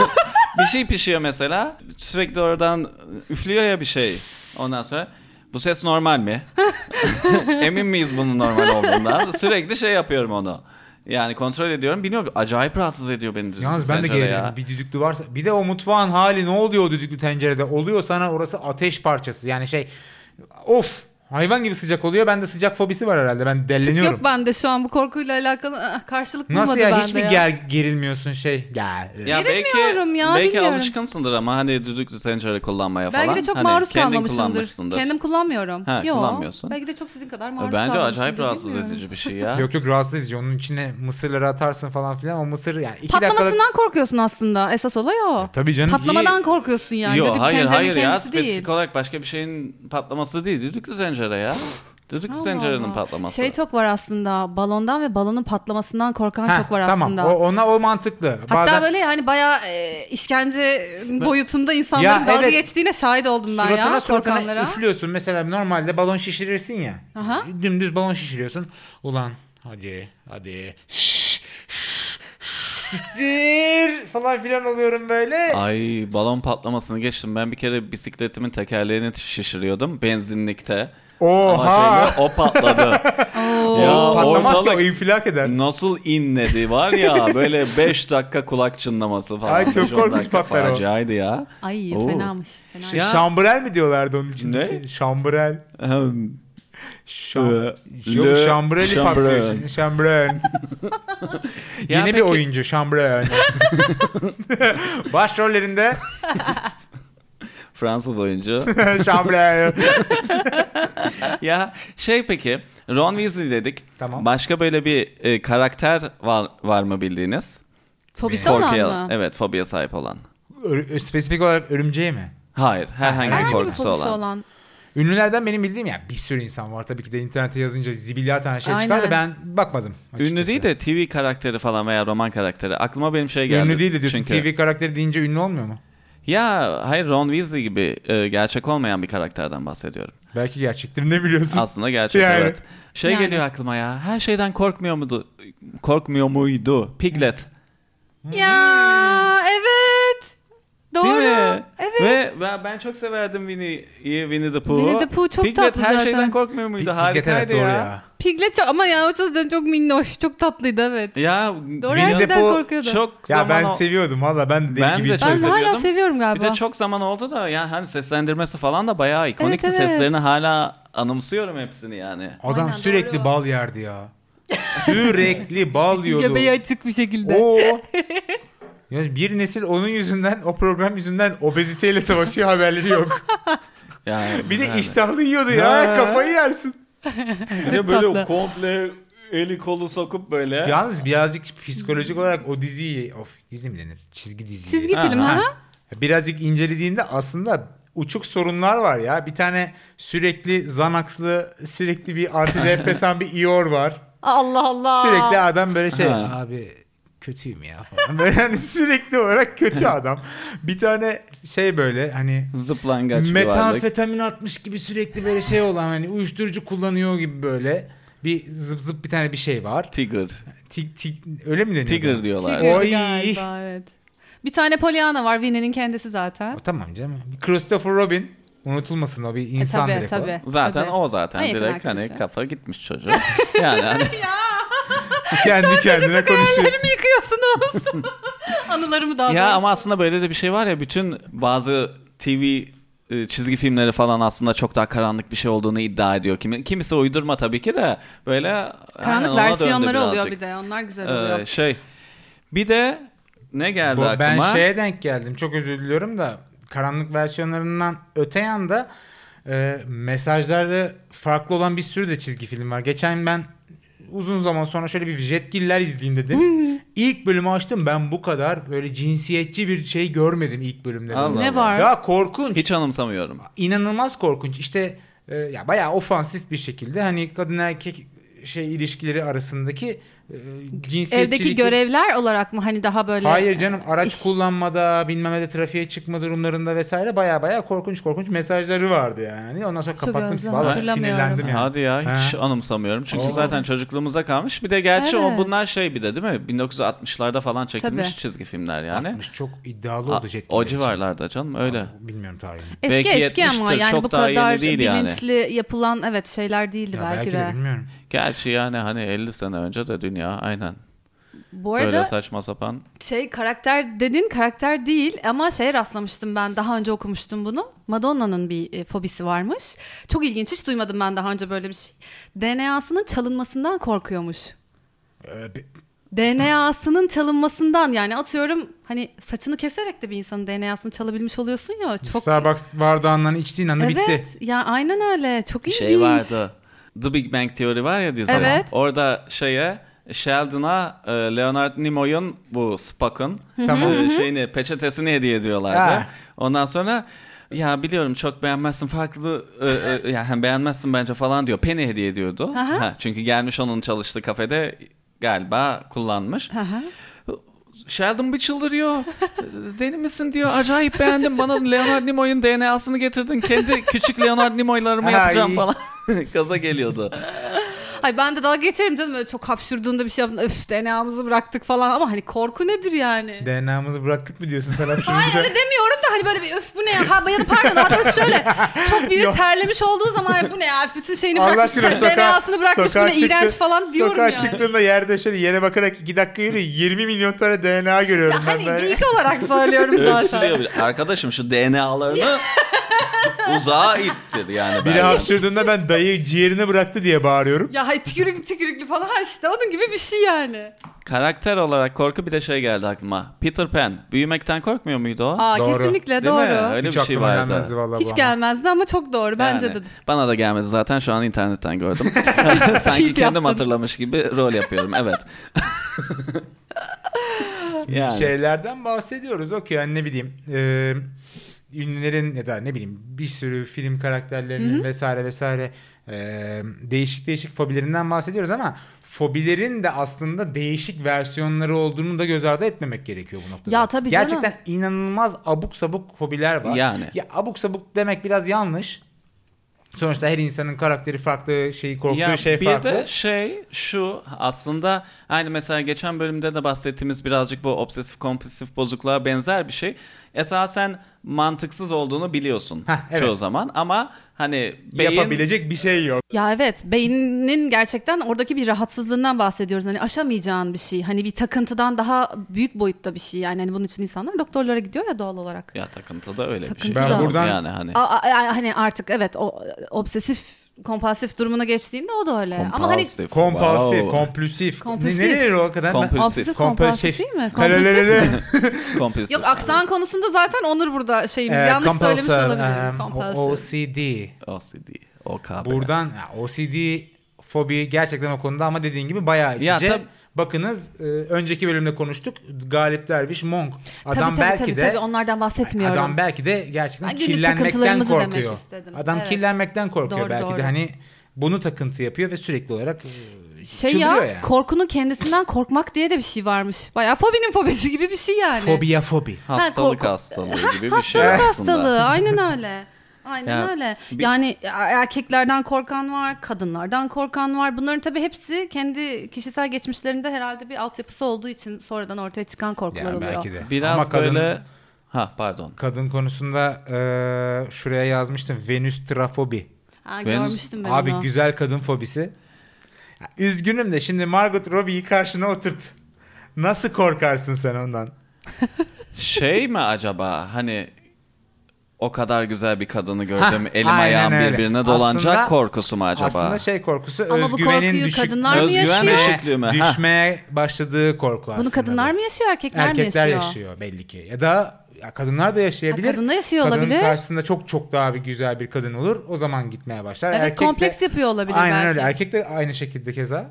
Speaker 2: bir şey pişiyor mesela. Sürekli oradan üflüyor ya bir şey. Ondan sonra bu ses normal
Speaker 1: [laughs]
Speaker 2: mi? Emin miyiz bunun normal olduğundan? Sürekli şey yapıyorum onu. Yani kontrol ediyorum. Bilmiyorum acayip rahatsız ediyor beni. düdüklü
Speaker 1: Yalnız ben de
Speaker 2: tencere ya.
Speaker 1: geriliyorum. Bir düdüklü varsa. Bir de o mutfağın hali ne oluyor o düdüklü tencerede? Oluyor sana orası ateş parçası. Yani şey of hayvan gibi sıcak oluyor. Bende sıcak fobisi var herhalde. Ben delleniyorum.
Speaker 3: yok bende şu an bu korkuyla alakalı ah, karşılık bulmadı
Speaker 1: Nasıl ya
Speaker 3: bende
Speaker 1: hiç mi
Speaker 3: ya.
Speaker 1: ger- gerilmiyorsun şey? Ya, e.
Speaker 2: Ya belki,
Speaker 3: Bilmiyorum ya,
Speaker 2: belki
Speaker 3: bilmiyorum.
Speaker 2: alışkınsındır ama hani düdüklü tencere kullanmaya falan.
Speaker 3: Belki de çok
Speaker 2: Hani
Speaker 3: maruz
Speaker 2: kendin
Speaker 3: kalmamışımdır.
Speaker 2: kullanmışsındır.
Speaker 3: Kendim kullanmıyorum.
Speaker 2: Ha,
Speaker 3: Yok.
Speaker 2: kullanmıyorsun.
Speaker 3: Belki de çok sizin kadar maruz
Speaker 2: Bence
Speaker 3: kalmamışımdır.
Speaker 2: acayip rahatsız
Speaker 3: bilmiyorum.
Speaker 2: edici bir şey
Speaker 1: [laughs]
Speaker 2: ya.
Speaker 1: Yok yok rahatsız edici. Onun içine mısırları atarsın falan filan. O mısır yani iki
Speaker 3: Patlamasından
Speaker 1: dakikalık.
Speaker 3: korkuyorsun aslında. Esas olay o.
Speaker 2: E,
Speaker 1: Tabii canım.
Speaker 3: Patlamadan
Speaker 2: iyi.
Speaker 3: korkuyorsun yani.
Speaker 2: Yok
Speaker 3: Düdük
Speaker 2: hayır
Speaker 3: tencerenin
Speaker 2: hayır ya
Speaker 3: kendisi değil.
Speaker 2: spesifik olarak başka bir şeyin patlaması değil. Düdüklü tencere ya. Düdüklü
Speaker 3: Allah
Speaker 2: tencerenin
Speaker 3: Allah.
Speaker 2: patlaması.
Speaker 3: Şey çok var aslında. Balondan ve balonun patlamasından korkan
Speaker 1: Heh,
Speaker 3: çok var
Speaker 1: tamam.
Speaker 3: aslında.
Speaker 1: O, ona o mantıklı.
Speaker 3: Hatta böyle yani bayağı e, işkence boyutunda insanların
Speaker 1: Ya
Speaker 3: dalga
Speaker 1: evet.
Speaker 3: geçtiğine şahit oldum ben
Speaker 1: suratına
Speaker 3: ya
Speaker 1: suratına
Speaker 3: korkanlara.
Speaker 1: üflüyorsun. Mesela normalde balon şişirirsin ya.
Speaker 3: Aha.
Speaker 1: Dümdüz balon şişiriyorsun. Ulan hadi hadi. Şş, şş, Siktir falan filan oluyorum böyle.
Speaker 2: Ay balon patlamasını geçtim. Ben bir kere bisikletimin tekerleğini şişiriyordum benzinlikte. Ama
Speaker 1: Oha.
Speaker 2: şeyle
Speaker 1: [laughs]
Speaker 2: o patladı.
Speaker 3: Oo.
Speaker 2: Ya,
Speaker 1: O şey Patlamaz ki o
Speaker 2: ortalık-
Speaker 1: infilak eder.
Speaker 2: Nasıl inledi var ya böyle 5 dakika kulak çınlaması falan.
Speaker 1: Ay, çok
Speaker 2: Beş, on
Speaker 1: korkunç
Speaker 2: dakika
Speaker 1: patlar o.
Speaker 2: Faciaydı ya.
Speaker 3: Ay
Speaker 2: Oo.
Speaker 3: fenamış. fenamış.
Speaker 1: Şey,
Speaker 2: Ya.
Speaker 1: Şambrel mi diyorlardı onun için?
Speaker 2: Ne?
Speaker 1: Şey, Şambrel.
Speaker 2: Ahem.
Speaker 1: Şam,
Speaker 2: Ee,
Speaker 1: Yok,
Speaker 2: le-
Speaker 1: şambreli
Speaker 2: şambrel.
Speaker 1: patlıyor.
Speaker 2: [laughs]
Speaker 1: Şambrel.
Speaker 2: Ya
Speaker 1: Yeni bir
Speaker 2: peki-
Speaker 1: oyuncu Şambrel. [laughs] Başrollerinde [laughs]
Speaker 2: Fransız oyuncu.
Speaker 1: Şambrel.
Speaker 2: ya şey peki Ron Weasley dedik.
Speaker 1: Tamam.
Speaker 2: Başka böyle bir e, karakter var, var mı bildiğiniz?
Speaker 3: Fobisi olan
Speaker 2: Korkuya,
Speaker 3: mı?
Speaker 2: evet fobiye sahip olan.
Speaker 1: Ö- spesifik olarak örümceğe mi?
Speaker 2: Hayır herhangi,
Speaker 1: Herhangi
Speaker 2: bir
Speaker 3: Herhangi bir
Speaker 2: korkusu olan.
Speaker 1: Ünlülerden benim bildiğim ya bir sürü insan var tabii ki de internete yazınca zibilya tane şey çıkar da ben
Speaker 3: Aynen.
Speaker 1: bakmadım. Açıkçası.
Speaker 2: Ünlü değil de TV karakteri falan veya roman karakteri. Aklıma benim şey geldi.
Speaker 1: Ünlü değil de diyorsun
Speaker 2: çünkü.
Speaker 1: TV karakteri deyince ünlü olmuyor mu?
Speaker 2: Ya hayır Ron Weasley gibi e, gerçek olmayan bir karakterden bahsediyorum.
Speaker 1: Belki gerçektir ne biliyorsun?
Speaker 2: Aslında gerçek
Speaker 1: Yani.
Speaker 2: evet. Şey
Speaker 3: Yani.
Speaker 2: geliyor aklıma ya. Her şeyden korkmuyor muydu? Korkmuyor muydu? Piglet.
Speaker 3: Ya evet. Doğru.
Speaker 2: Hmm. Değil mi?
Speaker 3: Evet.
Speaker 2: Ve ben, ben çok severdim Winnie'yi, Winnie the Pooh'u.
Speaker 3: Winnie the Pooh çok
Speaker 2: Piglet
Speaker 3: tatlı
Speaker 2: her
Speaker 3: zaten.
Speaker 2: şeyden korkmuyor
Speaker 1: Pi-
Speaker 2: muydu?
Speaker 1: Piglet,
Speaker 2: Harikaydı
Speaker 1: evet, doğru
Speaker 2: ya.
Speaker 1: ya.
Speaker 3: Piglet çok ama ya o yüzden çok minnoş. Çok tatlıydı evet.
Speaker 2: Ya
Speaker 3: Doğru
Speaker 1: Winnie
Speaker 3: her
Speaker 1: the
Speaker 3: şeyden
Speaker 1: Pooh
Speaker 3: korkuyordu.
Speaker 2: çok
Speaker 1: Ya
Speaker 2: zaman
Speaker 1: ben
Speaker 2: o-
Speaker 1: seviyordum valla ben de deli
Speaker 2: Ben
Speaker 1: gibi
Speaker 2: de
Speaker 1: istiyorum.
Speaker 3: ben
Speaker 2: çok
Speaker 3: hala
Speaker 2: seviyordum.
Speaker 3: seviyorum
Speaker 2: Bir
Speaker 3: galiba.
Speaker 2: de çok zaman oldu da ya hani seslendirmesi falan da bayağı ikonik
Speaker 3: Evet, evet.
Speaker 2: seslerini hala anımsıyorum hepsini yani.
Speaker 1: Adam
Speaker 3: Aynen,
Speaker 1: sürekli
Speaker 3: doğru.
Speaker 1: bal yerdi ya.
Speaker 3: [laughs]
Speaker 1: sürekli bal yiyordu.
Speaker 3: Göbeği açık bir şekilde. [laughs]
Speaker 1: Oo. Ya bir nesil onun yüzünden, o program yüzünden obeziteyle savaşıyor haberleri yok. [laughs]
Speaker 2: Yani
Speaker 1: Bir de
Speaker 2: yani.
Speaker 1: iştahlı yiyordu ya.
Speaker 2: Ha.
Speaker 1: Kafayı yersin.
Speaker 2: Bir de böyle
Speaker 3: tatlı.
Speaker 2: komple eli kolu sokup böyle.
Speaker 1: Yalnız birazcık psikolojik olarak o diziyi of dizi mi denir? Çizgi dizi.
Speaker 3: Çizgi
Speaker 2: Ha,
Speaker 3: film
Speaker 2: ha.
Speaker 3: ha.
Speaker 1: Birazcık incelediğinde aslında uçuk sorunlar var ya. Bir tane sürekli Zanax'lı sürekli bir antidepresan bir Ior var.
Speaker 3: Allah Allah.
Speaker 1: Sürekli adam böyle şey
Speaker 2: Ha.
Speaker 1: abi kötüyüm ya falan. [laughs] Böyle hani sürekli olarak kötü adam. Bir tane şey böyle hani
Speaker 2: Zıplangaç bir varlık.
Speaker 1: metamfetamin atmış gibi sürekli böyle şey olan hani uyuşturucu kullanıyor gibi böyle bir zıp zıp bir tane bir şey var.
Speaker 2: Tigger.
Speaker 1: Tik tik öyle mi deniyor?
Speaker 2: Tigger diyorlar.
Speaker 1: Tigger.
Speaker 3: Tigger'di
Speaker 1: Oy.
Speaker 3: galiba evet. Bir tane Pollyanna var. Winnie'nin kendisi zaten.
Speaker 1: O Tamam canım. Bir Christopher Robin unutulmasın o bir insan
Speaker 3: E, tabii,
Speaker 1: direkt
Speaker 3: tabii.
Speaker 1: o.
Speaker 2: Zaten
Speaker 3: Tabii.
Speaker 2: o zaten
Speaker 3: En yakın
Speaker 2: direkt hani
Speaker 3: arkadaşı.
Speaker 2: kafa gitmiş çocuğu. [laughs] yani hani
Speaker 1: [laughs] Kendi kendine konuşuyor.
Speaker 3: Hayallerimi yıkıyorsunuz. [laughs] Anılarımı daha
Speaker 2: ya ama aslında böyle de bir şey var ya bütün bazı TV e, çizgi filmleri falan aslında çok daha karanlık bir şey olduğunu iddia ediyor. Kimi, kimisi uydurma tabii ki de böyle aynen
Speaker 3: Karanlık
Speaker 2: ona döndü
Speaker 3: versiyonları oluyor
Speaker 2: birazcık.
Speaker 3: bir de. Onlar güzel oluyor.
Speaker 2: Ee, şey bir de ne geldi
Speaker 1: Bu- ben
Speaker 2: aklıma?
Speaker 1: şeye denk geldim. Çok özür diliyorum da karanlık versiyonlarından öte yanda e, mesajlarda farklı olan bir sürü de çizgi film var. Geçen ben uzun zaman sonra şöyle bir Jetgiller izleyeyim
Speaker 3: Hmm.
Speaker 1: dedim. ilk bölümü açtım ben bu kadar böyle cinsiyetçi bir şey görmedim ilk bölümde.
Speaker 2: Allah
Speaker 3: Ne
Speaker 2: Allah.
Speaker 3: var?
Speaker 1: Ya korkunç.
Speaker 2: Hiç anımsamıyorum.
Speaker 1: inanılmaz korkunç. İşte e, ya bayağı ofansif bir şekilde hani kadın erkek şey ilişkileri arasındaki e, cinsiyetçilik.
Speaker 3: Evdeki görevler olarak mı hani daha böyle?
Speaker 1: Hayır canım araç
Speaker 3: İş-
Speaker 1: kullanmada bilmem ne de trafiğe çıkma durumlarında vesaire baya baya korkunç korkunç mesajları vardı yani. Ondan sonra
Speaker 3: Çok özlem,
Speaker 1: kapattım. Valla
Speaker 3: hatırlamıyorum.
Speaker 1: sinirlendim yani.
Speaker 2: Hadi ya hiç
Speaker 1: Ha.
Speaker 2: anımsamıyorum. Çünkü
Speaker 1: Oo.
Speaker 2: zaten çocukluğumuza kalmış. Bir de gerçi o
Speaker 3: Evet.
Speaker 2: bunlar şey bir de değil mi? 1960'larda falan çekilmiş
Speaker 3: Tabii.
Speaker 2: çizgi filmler yani.
Speaker 1: 60 çok iddialı
Speaker 2: A-
Speaker 1: oldu Jet
Speaker 2: o
Speaker 1: Giller için.
Speaker 2: civarlarda canım öyle.
Speaker 1: Bilmiyorum tarihini.
Speaker 3: Eski
Speaker 2: Belki
Speaker 3: eski ama
Speaker 2: 70'tir,
Speaker 3: yani
Speaker 2: çok
Speaker 3: bu
Speaker 2: daha yeni
Speaker 3: kadar
Speaker 2: değil yani.
Speaker 3: bilinçli yapılan evet şeyler değildi
Speaker 1: Ya
Speaker 3: belki,
Speaker 1: belki de.
Speaker 3: de.
Speaker 1: bilmiyorum.
Speaker 2: Gerçi yani hani 50 sene önce de dünya aynen.
Speaker 3: Bu
Speaker 2: Böyle
Speaker 3: arada
Speaker 2: saçma sapan.
Speaker 3: şey karakter dedin karakter değil ama şeye rastlamıştım ben daha önce okumuştum bunu. Madonna'nın bir e, fobisi varmış. Çok ilginç hiç duymadım ben daha önce böyle bir şey. DNA'sının çalınmasından korkuyormuş.
Speaker 1: Ee, bi-
Speaker 3: DNA'sının çalınmasından yani atıyorum hani saçını keserek de bir insanın DNA'sını çalabilmiş oluyorsun ya çok
Speaker 1: Starbucks bardağından içtiğin anda
Speaker 3: Evet
Speaker 1: bitti.
Speaker 3: ya aynen öyle çok ilginç.
Speaker 2: Şey vardı. The Big Bang Theory var ya dizi.
Speaker 3: Evet.
Speaker 2: Orada şeye Sheldon'a e, Leonard Nimoy'un bu Spock'ın
Speaker 1: Tamam.
Speaker 2: e, şeyini peçetesini hediye ediyorlardı.
Speaker 1: Ha.
Speaker 2: Ondan sonra ya biliyorum çok beğenmezsin farklı e, e, [laughs] ya hem beğenmezsin bence falan diyor. Penny hediye ediyordu.
Speaker 3: Aha.
Speaker 2: Ha, çünkü gelmiş onun çalıştığı kafede galiba kullanmış.
Speaker 3: Aha.
Speaker 2: Sheldon bir çıldırıyor. Deli misin diyor. Acayip beğendim. Bana Leonard Nimoy'un DNA'sını getirdin. Kendi küçük Leonard Nimoy'larımı
Speaker 1: Ay.
Speaker 2: yapacağım falan. [laughs] Gaza [laughs] geliyordu.
Speaker 3: Ay ben de dalga geçerim canım öyle çok hapşurduğunda bir şey yaptım. Öf DNA'mızı bıraktık falan ama hani korku nedir yani?
Speaker 1: DNA'mızı bıraktık mı diyorsun sen hapşırınca?
Speaker 3: Hayır öyle demiyorum da hani böyle bir öf bu ne ya? Ha, ya da pardon hatta şöyle çok
Speaker 1: [laughs]
Speaker 3: biri
Speaker 1: Yok.
Speaker 3: terlemiş olduğu zaman "Ay, bu ne ya bütün şeyini
Speaker 1: Allah
Speaker 3: bırakmış
Speaker 1: aşkına sokağa,
Speaker 3: DNA'sını bırakmış bu
Speaker 1: sokağa
Speaker 3: ne
Speaker 1: çıktı-
Speaker 3: iğrenç falan diyorum
Speaker 1: sokağa
Speaker 3: yani.
Speaker 1: çıktığında yerde şöyle yere bakarak 2 dakika yürü 20 milyon tane DNA görüyorum
Speaker 3: Ya
Speaker 1: ben
Speaker 3: hani
Speaker 1: böyle.
Speaker 3: bilgi olarak
Speaker 2: [laughs]
Speaker 3: söylüyorum zaten.
Speaker 2: Öksürüyor bile. Arkadaşım şu [laughs] DNA'larını uzağa ittir yani.
Speaker 1: Biri
Speaker 2: benden.
Speaker 1: hapşırdığında ben dayı ciğerini bıraktı diye bağırıyorum.
Speaker 3: Ya hay tükürük tükürüklü falan ha işte onun gibi bir şey yani.
Speaker 2: Karakter olarak korku bir de şey geldi aklıma. Peter Pan. Büyümekten korkmuyor muydu o?
Speaker 3: Aa
Speaker 1: Doğru.
Speaker 3: kesinlikle
Speaker 2: Değil mi?
Speaker 3: doğru.
Speaker 2: Öyle
Speaker 1: Hiç
Speaker 2: bir şey
Speaker 1: aklıma
Speaker 2: vardı.
Speaker 1: gelmezdi vallahi bu
Speaker 3: Hiç
Speaker 1: ama.
Speaker 3: gelmezdi ama çok doğru bence
Speaker 2: Yani
Speaker 3: de.
Speaker 2: Bana da gelmedi zaten şu an internetten
Speaker 3: [laughs]
Speaker 2: gördüm. [laughs] Sanki
Speaker 3: Cheat
Speaker 2: kendim
Speaker 3: yaptın.
Speaker 2: hatırlamış gibi rol yapıyorum.
Speaker 3: [laughs]
Speaker 2: Evet.
Speaker 1: Şimdi
Speaker 2: Yani.
Speaker 1: Şeylerden bahsediyoruz. Okey yani ne bileyim. e, ünlülerin ya da ne bileyim bir sürü film karakterlerinin vesaire vesaire e, değişik değişik fobilerinden bahsediyoruz ama fobilerin de aslında değişik versiyonları olduğunu da göz ardı etmemek gerekiyor bu noktada.
Speaker 3: Ya tabii canım.
Speaker 1: Gerçekten inanılmaz abuk sabuk fobiler var.
Speaker 2: Yani.
Speaker 1: Ya abuk sabuk demek biraz yanlış. Sonuçta her insanın karakteri farklı, şeyi korktuğu
Speaker 2: Ya
Speaker 1: şey
Speaker 2: bir
Speaker 1: farklı.
Speaker 2: de şey şu aslında aynı mesela geçen bölümde de bahsettiğimiz birazcık bu obsesif kompulsif bozukluğa benzer bir şey. Esasen mantıksız olduğunu biliyorsun
Speaker 1: Heh, evet.
Speaker 2: çoğu zaman ama hani beyin
Speaker 1: Yapabilecek bir şey yok.
Speaker 3: Ya evet beyninin gerçekten oradaki bir rahatsızlığından bahsediyoruz. Hani aşamayacağın bir şey. Hani bir takıntıdan daha büyük boyutta bir şey. Yani hani bunun için insanlar doktorlara gidiyor ya doğal olarak.
Speaker 2: ya takıntı da öyle bir şey.
Speaker 3: Takıntı Ben da.
Speaker 1: buradan-
Speaker 2: yani hani
Speaker 3: A- a- a- hani artık evet o obsesif kompulsif durumuna geçtiğinde o da öyle. Ama hani
Speaker 2: Kompulsif,
Speaker 1: Kompulsif,
Speaker 2: wow.
Speaker 1: kompulsif.
Speaker 3: Kompulsif.
Speaker 1: Ne, ne denir o kadar?
Speaker 2: Kompulsif.
Speaker 3: obsesif kompulsif değil mi? Kompulsif.
Speaker 1: Helelelele.
Speaker 2: kompulsif.
Speaker 3: Yok aksan konusunda zaten Onur burada şeyimiz.
Speaker 1: Eee,
Speaker 3: [laughs]
Speaker 2: Ee,
Speaker 3: Yanlış söylemiş
Speaker 1: compulsor,
Speaker 3: olabilirim.
Speaker 1: eee,
Speaker 3: Kompulsif.
Speaker 1: OCD.
Speaker 2: OCD, OKB.
Speaker 1: Buradan ya, OCD fobi gerçekten o konuda ama dediğin gibi bayağı
Speaker 2: Ya
Speaker 1: içici.
Speaker 2: tab-
Speaker 1: Bakınız e, önceki bölümde konuştuk. Galip Derviş Monk. Adam
Speaker 3: tabii, tabii,
Speaker 1: belki
Speaker 3: tabii,
Speaker 1: de
Speaker 3: tabii, onlardan bahsetmiyorum.
Speaker 1: Adam belki de gerçekten
Speaker 3: Ha, günlük
Speaker 1: kirlenmekten
Speaker 3: takıntılarımızı demek
Speaker 1: korkuyor.
Speaker 3: istedim.
Speaker 1: Adam
Speaker 3: Evet.
Speaker 1: kirlenmekten korkuyor
Speaker 3: Doğru,
Speaker 1: belki de
Speaker 3: doğru.
Speaker 1: hani bunu takıntı yapıyor ve sürekli olarak e,
Speaker 3: şey ya,
Speaker 1: çıldırıyor yani.
Speaker 3: korkunun kendisinden korkmak diye de bir şey varmış. Bayağı fobinin fobisi gibi bir şey yani.
Speaker 1: Fobiya fobi.
Speaker 2: Hastalık
Speaker 3: korku-
Speaker 2: hastalığı gibi
Speaker 3: [laughs]
Speaker 2: bir şey
Speaker 3: Hastalık
Speaker 2: aslında.
Speaker 3: hastalığı aynen öyle. Aynen
Speaker 2: Ya,
Speaker 3: öyle.
Speaker 2: bir-
Speaker 3: Yani er-, erkeklerden korkan var, kadınlardan korkan var. Bunların tabii hepsi kendi kişisel geçmişlerinde herhalde bir altyapısı olduğu için sonradan ortaya çıkan korkular
Speaker 1: Yani
Speaker 3: oluyor.
Speaker 1: belki de.
Speaker 2: Biraz
Speaker 1: Ama kadın,
Speaker 2: böyle... Ha pardon.
Speaker 1: kadın konusunda e, şuraya yazmıştım. Venüs trafobi.
Speaker 3: Ha,
Speaker 2: Ben-
Speaker 3: görmüştüm ben
Speaker 1: Abi
Speaker 3: onu.
Speaker 1: güzel kadın fobisi. Ya, Üzgünüm de şimdi Margot Robbie'yi karşına oturt. Nasıl korkarsın sen ondan?
Speaker 2: Şey mi acaba hani o kadar güzel bir kadını gördüm
Speaker 1: Hah,
Speaker 2: elim
Speaker 1: aynen
Speaker 2: ayağım
Speaker 1: öyle.
Speaker 2: birbirine dolanacak
Speaker 1: Aslında-
Speaker 2: korkusu mu acaba?
Speaker 1: Aslında şey korkusu
Speaker 3: Ama bu
Speaker 1: özgüvenin
Speaker 3: korkuyu
Speaker 1: düşük,
Speaker 3: kadınlar mı
Speaker 2: Özgüven
Speaker 3: yaşıyor?
Speaker 2: yaşıyor? Düşüklüğü mü? Ha.
Speaker 1: düşmeye başladığı korku aslında.
Speaker 3: Bunu kadınlar
Speaker 1: bu.
Speaker 3: mı yaşıyor, erkekler,
Speaker 1: Erkekler
Speaker 3: mi yaşıyor?
Speaker 1: yaşıyor belli ki. Ya da ya kadınlar da yaşayabilir.
Speaker 3: Ha, kadın da yaşıyor
Speaker 1: Kadının
Speaker 3: olabilir.
Speaker 1: karşısında çok çok daha bir güzel bir kadın olur. O zaman gitmeye başlar.
Speaker 3: Evet,
Speaker 1: Erkek de-
Speaker 3: kompleks yapıyor olabilir
Speaker 1: Aynen
Speaker 3: belki.
Speaker 1: öyle. Erkek de aynı şekilde keza.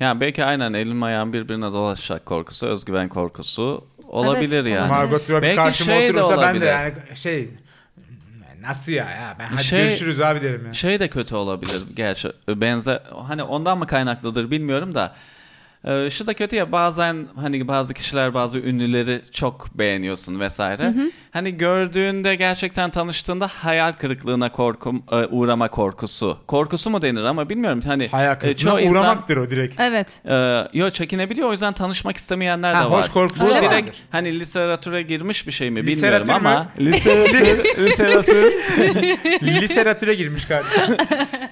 Speaker 2: Yani belki aynen elim ayağım birbirine dolaşacak korkusu, özgüven korkusu olabilir
Speaker 3: Evet,
Speaker 2: yani.
Speaker 1: Margot Robbie
Speaker 2: Belki
Speaker 1: karşıma
Speaker 2: şey de
Speaker 1: oturursa ben de
Speaker 2: olabilir.
Speaker 1: yani şey nasıl ya ya ben hadi
Speaker 2: Şey-
Speaker 1: görüşürüz abi derim ya.
Speaker 2: Şey de kötü olabilir gerçi benzer hani ondan mı kaynaklıdır bilmiyorum da Ee, şu da kötü ya bazen hani bazı kişiler bazı ünlüleri çok beğeniyorsun vesaire. Hani gördüğünde gerçekten tanıştığında hayal kırıklığına korkum e, uğrama korkusu. Korkusu mu denir ama bilmiyorum hani
Speaker 1: Hayal
Speaker 2: e,
Speaker 1: kırıklığına
Speaker 2: çoğu insan-
Speaker 1: uğramaktır o
Speaker 2: [laughs]
Speaker 1: direkt.
Speaker 3: Evet.
Speaker 2: Ee, yo çekinebiliyor o yüzden tanışmak istemeyenler
Speaker 1: Ha,
Speaker 2: de var.
Speaker 1: hoş korkusu
Speaker 2: Bu
Speaker 1: da
Speaker 2: direkt
Speaker 1: vardır.
Speaker 2: hani literatüre girmiş bir şey mi
Speaker 1: Literatür
Speaker 2: bilmiyorum ama
Speaker 1: Literatür, [laughs] Literatüre girmiş kardeşim.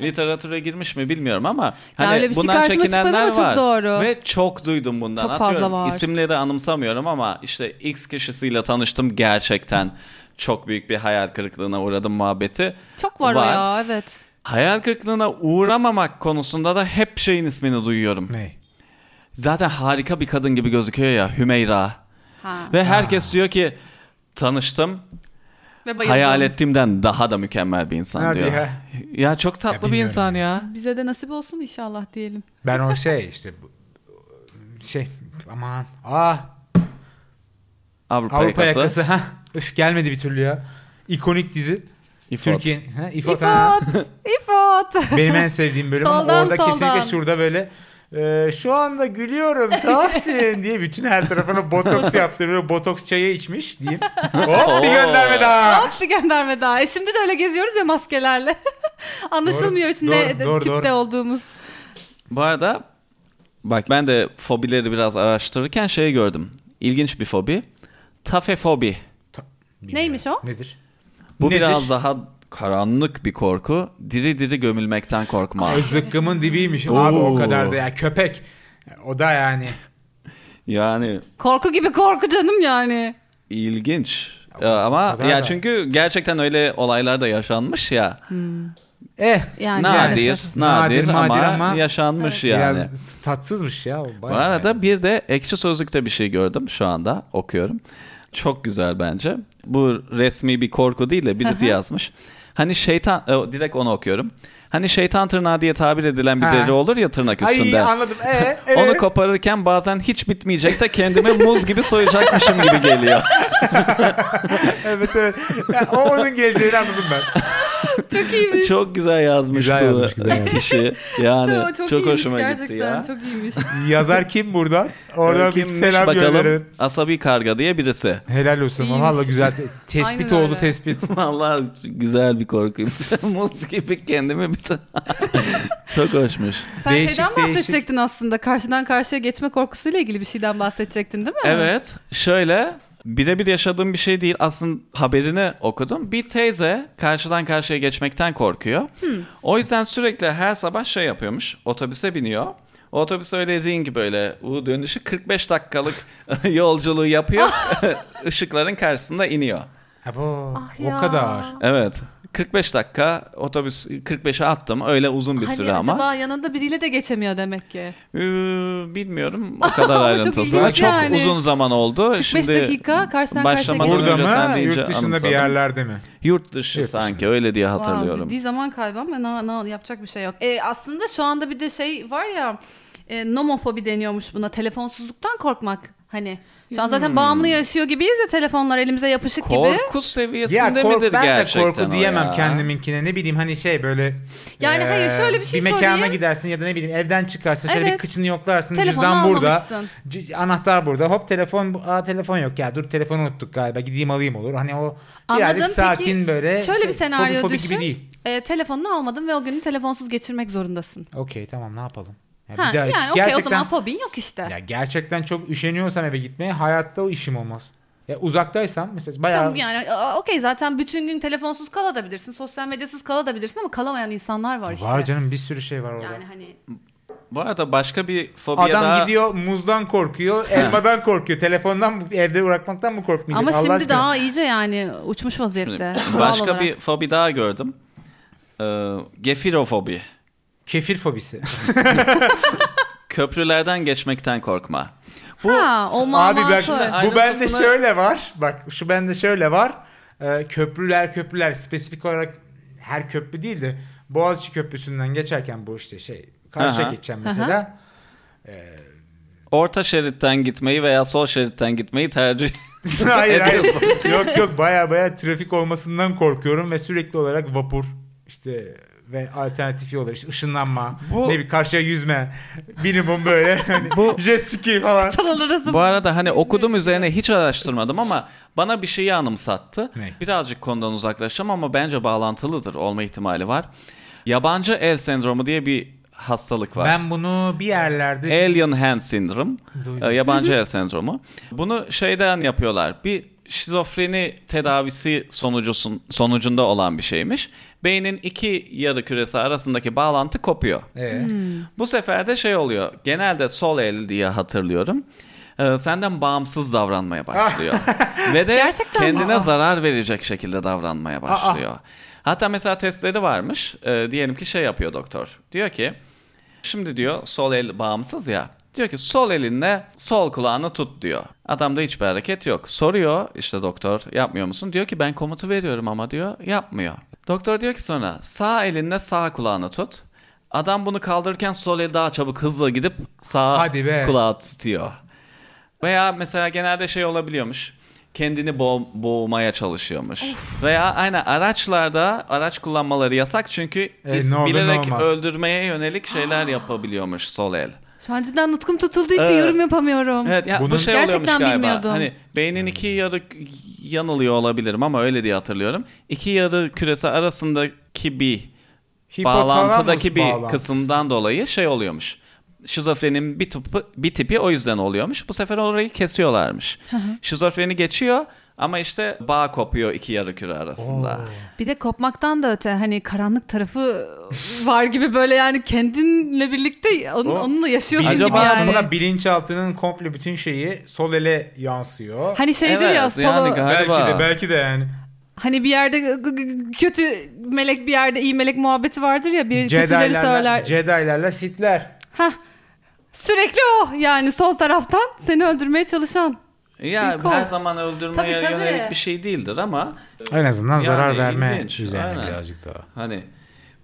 Speaker 2: literatüre girmiş mi bilmiyorum ama
Speaker 3: Ya
Speaker 2: hani
Speaker 3: öyle bir şey
Speaker 2: bundan
Speaker 3: karşıma çıkmadı
Speaker 2: çekinenler
Speaker 3: ama çok
Speaker 2: var.
Speaker 3: doğru.
Speaker 2: Ve çok duydum bundan.
Speaker 3: Çok fazla
Speaker 2: Atıyorum,
Speaker 3: var.
Speaker 2: İsimleri anımsamıyorum ama işte X kişisiyle tanıştım gerçekten çok büyük bir hayal kırıklığına uğradım muhabbeti.
Speaker 3: Çok var, o
Speaker 2: Var.
Speaker 3: ya, evet.
Speaker 2: Hayal kırıklığına uğramamak konusunda da hep şeyin ismini duyuyorum.
Speaker 1: ne?
Speaker 2: Zaten harika bir kadın gibi gözüküyor ya Hümeyra.
Speaker 3: Ha.
Speaker 2: Ve
Speaker 1: Ah.
Speaker 2: herkes diyor ki tanıştım.
Speaker 3: Ve
Speaker 2: Hayal ettiğimden daha da mükemmel bir insan
Speaker 1: Hadi
Speaker 2: diyor.
Speaker 1: ya.
Speaker 2: Ya. çok tatlı bir
Speaker 1: bilmiyorum
Speaker 2: insan
Speaker 1: ya.
Speaker 2: ya.
Speaker 3: Bize de nasip olsun inşallah diyelim.
Speaker 1: Ben o şey işte bu- şey aman ah
Speaker 2: Avrupa,
Speaker 1: Avrupa
Speaker 2: yakası.
Speaker 1: yakası ha üf gelmedi bir türlü ya. İkonik dizi.
Speaker 2: İfot.
Speaker 1: Türkiye ha İfot, ha.
Speaker 3: İfot! İfot!
Speaker 1: Benim en sevdiğim bölüm ama
Speaker 3: Soldan,
Speaker 1: orada kesinlikle
Speaker 3: soldan.
Speaker 1: şurada böyle e, şu anda gülüyorum Tahsin diye bütün her tarafına
Speaker 3: [laughs]
Speaker 1: botoks yaptı. Böyle botoks çayı içmiş
Speaker 2: [laughs]
Speaker 1: diyeyim. Hop bir gönderme daha.
Speaker 3: Hop bir gönderme daha. E şimdi de öyle geziyoruz ya maskelerle. [laughs] Anlaşılmıyor
Speaker 1: Doğru,
Speaker 3: içinde
Speaker 1: doğru, doğru,
Speaker 3: tipte
Speaker 1: doğru.
Speaker 3: olduğumuz.
Speaker 2: Bu arada bak ben de fobileri biraz araştırırken şey gördüm. İlginç bir fobi. Tafefobi.
Speaker 3: Neymiş o?
Speaker 1: Nedir?
Speaker 2: Bu
Speaker 1: Nedir?
Speaker 2: biraz daha karanlık bir korku. Diri diri gömülmekten korkma.
Speaker 1: Ay, Zıkkımın dibiymiş abi o
Speaker 2: Oo.
Speaker 1: kadar da ya köpek. O da yani.
Speaker 2: Yani
Speaker 3: Korku gibi korku canım yani.
Speaker 2: ilginç. Ya ama
Speaker 1: kadar
Speaker 2: ya
Speaker 1: da.
Speaker 2: çünkü gerçekten öyle olaylar da yaşanmış ya.
Speaker 1: Eh.
Speaker 3: Hmm, Yani
Speaker 2: nadir,
Speaker 3: evet.
Speaker 2: nadir,
Speaker 1: Nadir,
Speaker 2: ama,
Speaker 1: nadir ama-
Speaker 2: yaşanmış yani.
Speaker 1: Biraz t- tatsızmış ya. o
Speaker 2: Bu
Speaker 1: bayağı yani.
Speaker 2: arada bir de ekşi sözlükte bir şey gördüm şu anda okuyorum. Çok güzel bence. Bu resmi bir korku değil de birisi yazmış. Hani şeytan, e, direkt onu okuyorum. Hani şeytan tırnağı diye tabir edilen bir
Speaker 1: Ha.
Speaker 2: deri olur ya tırnak
Speaker 1: Ay
Speaker 2: üstünde.
Speaker 1: anladım. Ee, ee.
Speaker 2: Onu koparırken bazen hiç bitmeyecek de kendimi muz gibi soyacakmışım gibi
Speaker 3: [laughs]
Speaker 2: geliyor.
Speaker 1: evet evet. Ya, o onun geleceğini anladım ben.
Speaker 3: [laughs] Çok iyiymiş.
Speaker 2: çok güzel yazmış
Speaker 1: Güzel
Speaker 2: bu
Speaker 1: yazmış, güzel yazmış.
Speaker 2: kişi. Yani çok,
Speaker 3: iyiymiş
Speaker 2: hoşuma
Speaker 3: gerçekten.
Speaker 2: gitti ya.
Speaker 3: Çok iyiymiş.
Speaker 1: Yazar kim buradan? Oradan bir
Speaker 2: Kimmiş
Speaker 1: selam
Speaker 2: bakalım.
Speaker 1: gönderin.
Speaker 2: Asabi karga diye birisi.
Speaker 1: Helal olsun.
Speaker 3: İyiymiş.
Speaker 1: Valla güzel. te- Tespit
Speaker 3: Aynen
Speaker 1: oldu
Speaker 3: öyle.
Speaker 1: tespit.
Speaker 2: [laughs] Vallahi güzel bir korkuyum. [laughs] Muz gibi kendimi bir ta- [laughs] Çok hoşmuş.
Speaker 1: [laughs]
Speaker 3: Sen
Speaker 1: Değişik,
Speaker 3: şeyden
Speaker 1: değişik.
Speaker 3: bahsedecektin aslında. Karşıdan karşıya geçme korkusuyla ilgili bir şeyden bahsedecektin değil mi?
Speaker 2: Evet şöyle birebir yaşadığım bir şey değil. Aslında haberini okudum. Bir teyze karşıdan karşıya geçmekten korkuyor.
Speaker 3: Hmm.
Speaker 2: O yüzden sürekli her sabah şey yapıyormuş. Otobüse biniyor. O Otobüs öyle ring böyle U dönüşü 45 dakikalık [laughs] yolculuğu
Speaker 3: [laughs]
Speaker 2: yapıyor. Işıkların karşısında iniyor.
Speaker 1: Abo,
Speaker 3: Ah
Speaker 1: o
Speaker 3: ya.
Speaker 1: kadar.
Speaker 2: Evet. 45 dakika otobüs 45'e attım. Öyle uzun bir
Speaker 3: Hani
Speaker 2: süre ama.
Speaker 3: acaba yanında biriyle de geçemiyor demek ki.
Speaker 2: Ee, bilmiyorum o kadar
Speaker 3: [laughs] Ama çok
Speaker 2: ayrıntısına.
Speaker 3: ilginç
Speaker 2: Çok,
Speaker 3: yani.
Speaker 2: uzun zaman oldu.
Speaker 3: 45
Speaker 2: Şimdi
Speaker 3: dakika karşıdan karşıya
Speaker 2: başlamadan
Speaker 3: geçiyor.
Speaker 1: Burada
Speaker 2: önce sen
Speaker 1: mı?
Speaker 2: deyince
Speaker 1: Yurt dışında bir
Speaker 2: anımsadım.
Speaker 1: yerlerde mi?
Speaker 2: Yurt dışı
Speaker 1: Yurt dışı.
Speaker 2: sanki öyle diye
Speaker 3: Wow,
Speaker 2: hatırlıyorum.
Speaker 3: ciddi zaman kaybı ama na- na- yapacak bir şey yok. E, aslında şu anda bir de şey var ya e, nomofobi deniyormuş buna telefonsuzluktan korkmak. Hani şu an
Speaker 1: Hmm.
Speaker 3: zaten bağımlı yaşıyor gibiyiz ya telefonlar elimize yapışık gibi.
Speaker 2: Korku seviyesinde
Speaker 1: kork-
Speaker 2: midir
Speaker 1: ben
Speaker 2: gerçekten
Speaker 1: de korku
Speaker 2: o
Speaker 1: diyemem
Speaker 2: ya?
Speaker 1: kendiminkine. Ne bileyim hani şey böyle.
Speaker 3: Yani hayır, şöyle bir şey
Speaker 1: Bir mekana
Speaker 3: sorayım.
Speaker 1: gidersin ya da ne bileyim evden çıkarsın şöyle bir
Speaker 3: Evet.
Speaker 1: kıçını yoklarsın.
Speaker 3: Telefonu
Speaker 1: cüzdan burada.
Speaker 3: almamışsın.
Speaker 1: c- anahtar burada. Hop telefon. bu- Aa telefon yok ya. Dur telefonu unuttuk galiba. Gideyim alayım olur. Hani o birazcık
Speaker 3: Anladım. Peki,
Speaker 1: sakin böyle.
Speaker 3: şöyle
Speaker 1: şey,
Speaker 3: bir senaryo
Speaker 1: fobi fobi
Speaker 3: düşün.
Speaker 1: gibi değil.
Speaker 3: E, telefonunu almadın ve o günü telefonsuz geçirmek zorundasın.
Speaker 1: Okey tamam ne yapalım. Ya
Speaker 3: Ha,
Speaker 1: bir daha-
Speaker 3: yani okey o zaman fobin yok işte.
Speaker 1: Ya gerçekten çok üşeniyorsam eve gitmeye hayatta o işim olmaz. Ya uzaktaysam mesela bayağı
Speaker 3: Tamam yani a- okey zaten bütün gün telefonsuz kalabilirsin, sosyal medyasız kalabilirsin ama kalamayan insanlar var işte.
Speaker 1: Var canım bir sürü şey var orada.
Speaker 3: Yani hani
Speaker 2: Bu arada başka bir fobiye
Speaker 1: Adam
Speaker 2: daha...
Speaker 1: gidiyor muzdan korkuyor, elmadan korkuyor. Telefondan mı- evde bırakmaktan mı korkmayacak?
Speaker 3: ama
Speaker 1: Allah
Speaker 3: şimdi
Speaker 1: aşkına.
Speaker 3: daha iyice yani uçmuş
Speaker 2: Şimdi
Speaker 3: vaziyette. doğal
Speaker 2: başka
Speaker 3: olarak.
Speaker 2: bir fobi daha gördüm. Ee, gefirofobi.
Speaker 1: Kefir fobisi.
Speaker 2: Köprülerden geçmekten korkma. Bu
Speaker 3: ha, o
Speaker 1: Abi
Speaker 3: mantığı.
Speaker 1: bak bu bende
Speaker 2: Ayrıntısını-
Speaker 1: şöyle var. Bak şu bende şöyle var. Ee, köprüler köprüler spesifik olarak her köprü değil de Boğaziçi Köprüsü'nden geçerken bu işte şey karşıya
Speaker 2: Aha.
Speaker 1: geçeceğim mesela.
Speaker 2: orta şeritten gitmeyi veya sol şeritten gitmeyi tercih [laughs]
Speaker 1: hayır
Speaker 2: Ediyorsun.
Speaker 1: hayır. yok yok baya baya trafik olmasından korkuyorum ve sürekli olarak vapur işte ve alternatif yollar işte ışınlanma,
Speaker 2: Bu-
Speaker 1: ne bir karşıya yüzme, minimum
Speaker 2: [laughs]
Speaker 1: böyle hani jet ski falan.
Speaker 2: Bu arada hani okudum üzerine hiç araştırmadım ama bana bir şeyi anımsattı.
Speaker 1: Ne?
Speaker 2: Birazcık konudan uzaklaşacağım ama bence bağlantılıdır olma ihtimali var. Yabancı el sendromu diye bir hastalık var.
Speaker 1: Ben bunu bir yerlerde
Speaker 2: Alien hand syndrome,
Speaker 1: Duydum.
Speaker 2: e, yabancı el sendromu. Bunu şeyden yapıyorlar. Bir şizofreni tedavisi sonucusun, sonucunda olan bir şeymiş. Beynin iki yarı küresi arasındaki bağlantı kopuyor.
Speaker 1: Ee,
Speaker 3: Hmm.
Speaker 2: Bu sefer de şey oluyor. Genelde sol el diye hatırlıyorum. Ee, senden bağımsız davranmaya başlıyor. Ve de
Speaker 3: [laughs] Gerçekten mi? Ah.
Speaker 2: kendine
Speaker 3: Aa.
Speaker 2: zarar verecek şekilde davranmaya başlıyor. Hatta mesela testleri varmış. Ee, diyelim ki şey yapıyor doktor. Diyor ki şimdi diyor sol el bağımsız ya. Diyor ki sol elinle sol kulağını tut diyor. Adamda hiçbir hareket yok. Soruyor işte doktor yapmıyor musun? Diyor ki ben komutu veriyorum ama diyor yapmıyor. Doktor diyor ki sonra sağ elinle sağ kulağını tut. Adam bunu kaldırırken sol el daha çabuk hızla gidip sağ
Speaker 1: Hadi be.
Speaker 2: kulağı tutuyor. Veya mesela genelde şey olabiliyormuş. Kendini boğ- boğmaya çalışıyormuş. Veya aynen araçlarda araç kullanmaları yasak çünkü
Speaker 1: E,
Speaker 2: is-
Speaker 1: ne olur ne
Speaker 2: bilerek
Speaker 1: olmaz.
Speaker 2: öldürmeye yönelik şeyler yapabiliyormuş sol el.
Speaker 3: Şu an cidden nutkum tutulduğu için
Speaker 2: Evet.
Speaker 3: yorum yapamıyorum.
Speaker 2: Evet ya
Speaker 1: Bunun-
Speaker 2: bu şey
Speaker 3: Gerçekten
Speaker 2: oluyormuş galiba.
Speaker 3: bilmiyordum.
Speaker 2: Hani beynin iki yarı yanılıyor olabilirim ama öyle diye hatırlıyorum. İki yarı küresi arasındaki bir
Speaker 1: hipotalamus
Speaker 2: bağlantıdaki bir
Speaker 1: bağlantısı.
Speaker 2: kısımdan dolayı şey oluyormuş. Şizofrenin bir tipi, bir tipi o yüzden oluyormuş. Bu sefer orayı kesiyorlarmış. Şizofreni geçiyor ama işte bağ kopuyor iki yarı küre arasında.
Speaker 3: Bir de kopmaktan da öte hani karanlık tarafı var gibi böyle yani kendinle birlikte onun,
Speaker 1: O-
Speaker 3: onunla yaşıyorsun
Speaker 2: Acaba
Speaker 3: gibi
Speaker 1: aslında
Speaker 3: yani.
Speaker 1: buna bilinçaltının komple bütün şeyi sol ele yansıyor.
Speaker 3: Hani şeydir ya
Speaker 2: Evet,
Speaker 3: solo,
Speaker 2: yani galiba-
Speaker 1: belki de belki de yani.
Speaker 3: hani bir yerde g- g- g- kötü melek bir yerde iyi melek muhabbeti vardır ya bir kötüleri
Speaker 1: Jedi'lerle,
Speaker 3: söyler.
Speaker 1: Jedi'lerle Sith'ler.
Speaker 3: Hah. Sürekli o yani sol taraftan seni öldürmeye çalışan.
Speaker 2: Ya
Speaker 3: Bir kol.
Speaker 2: her zaman öldürmeye
Speaker 3: Tabii, tabii.
Speaker 2: yönelik bir şey değildir ama
Speaker 1: En azından
Speaker 2: Yani
Speaker 1: zarar verme
Speaker 2: ilginç,
Speaker 1: üzerine
Speaker 2: aynen.
Speaker 1: birazcık daha.
Speaker 2: hani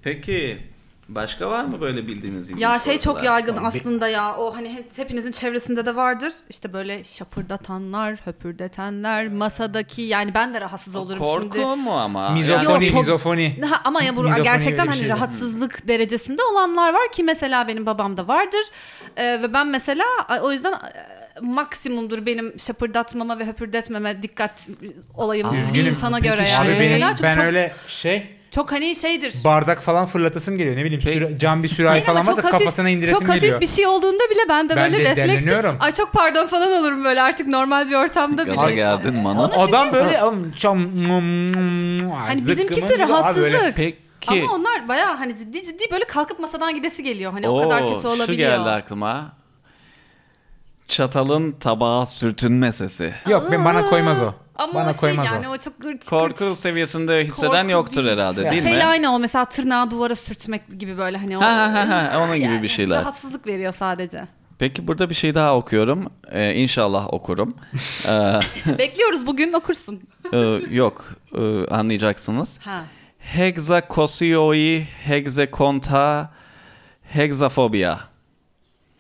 Speaker 2: peki başka var mı böyle bildiğiniz ilginç
Speaker 3: Ya şey çok
Speaker 2: sorular?
Speaker 3: yaygın
Speaker 1: Abi-
Speaker 3: aslında ya. O hani he- hepinizin çevresinde de vardır. İşte böyle şapırdatanlar, höpürdetenler, masadaki yani ben de rahatsız olurum
Speaker 2: Korku
Speaker 3: şimdi.
Speaker 2: mu ama?
Speaker 1: Mizofoni,
Speaker 3: Yok, o-
Speaker 1: mizofoni.
Speaker 3: Ha, ama ya bu
Speaker 1: Mizofoni
Speaker 3: gerçekten
Speaker 1: öyle bir
Speaker 3: hani
Speaker 1: şey de.
Speaker 3: rahatsızlık derecesinde olanlar var ki mesela benim babamda vardır. Ee, ve ben mesela ay, o yüzden e, maksimumdur benim şapırdatmama ve höpürdetmeme dikkat olayım bir
Speaker 1: Üzgünüm.
Speaker 3: insana
Speaker 2: peki
Speaker 3: göre
Speaker 2: şey-
Speaker 3: yani.
Speaker 1: Abi benim,
Speaker 3: Mesela
Speaker 1: ben
Speaker 3: çünkü çok,
Speaker 1: öyle şey
Speaker 3: çok hani şeydir.
Speaker 1: bardak falan fırlatasım geliyor. Ne bileyim süre- cam bir sürahi
Speaker 3: Şey- Hayır ama
Speaker 1: falan varsa
Speaker 3: çok hafif-
Speaker 1: kafasına indiresim
Speaker 3: Çok hafif
Speaker 1: geliyor.
Speaker 3: bir şey olduğunda bile ben de
Speaker 1: Ben
Speaker 3: böyle
Speaker 1: de
Speaker 3: refleks.
Speaker 1: deleniyorum.
Speaker 3: Ay çok pardon falan olurum böyle artık normal bir ortamda bile.
Speaker 2: Gaza geldin bana.
Speaker 1: Adam böyle am- çam hani
Speaker 3: Hani bizimkisi rahatsızlık.
Speaker 2: Peki.
Speaker 3: Ama onlar bayağı hani ciddi ciddi böyle kalkıp masadan gidesi geliyor. Hani
Speaker 2: Oo,
Speaker 3: o kadar kötü olabiliyor.
Speaker 2: Şu geldi aklıma. Çatalın tabağa sürtünme sesi.
Speaker 1: Yok ben bana koymaz o.
Speaker 3: Ama
Speaker 1: Bana
Speaker 3: o şey
Speaker 1: koymaz
Speaker 3: yani
Speaker 1: o.
Speaker 3: o çok gırç
Speaker 2: Korku seviyesinde hisseden
Speaker 3: Korku
Speaker 2: yoktur
Speaker 3: değil.
Speaker 2: herhalde
Speaker 1: Ya
Speaker 2: değil
Speaker 3: şey. Şeyle
Speaker 2: mi?
Speaker 3: aynı o mesela tırnağı duvara sürtmek gibi böyle hani o.
Speaker 2: Ha ha ha ha onun gibi
Speaker 3: Yani
Speaker 2: bir şeyler.
Speaker 3: Rahatsızlık veriyor
Speaker 2: [laughs]
Speaker 3: sadece.
Speaker 2: Peki burada bir şey daha okuyorum. Ee,
Speaker 1: [laughs]
Speaker 2: inşallah okurum. Ee,
Speaker 3: Bekliyoruz bugün okursun.
Speaker 2: e, yok e, anlayacaksınız.
Speaker 3: Ha.
Speaker 2: Hexakosioi, hexakonta, hexafobia.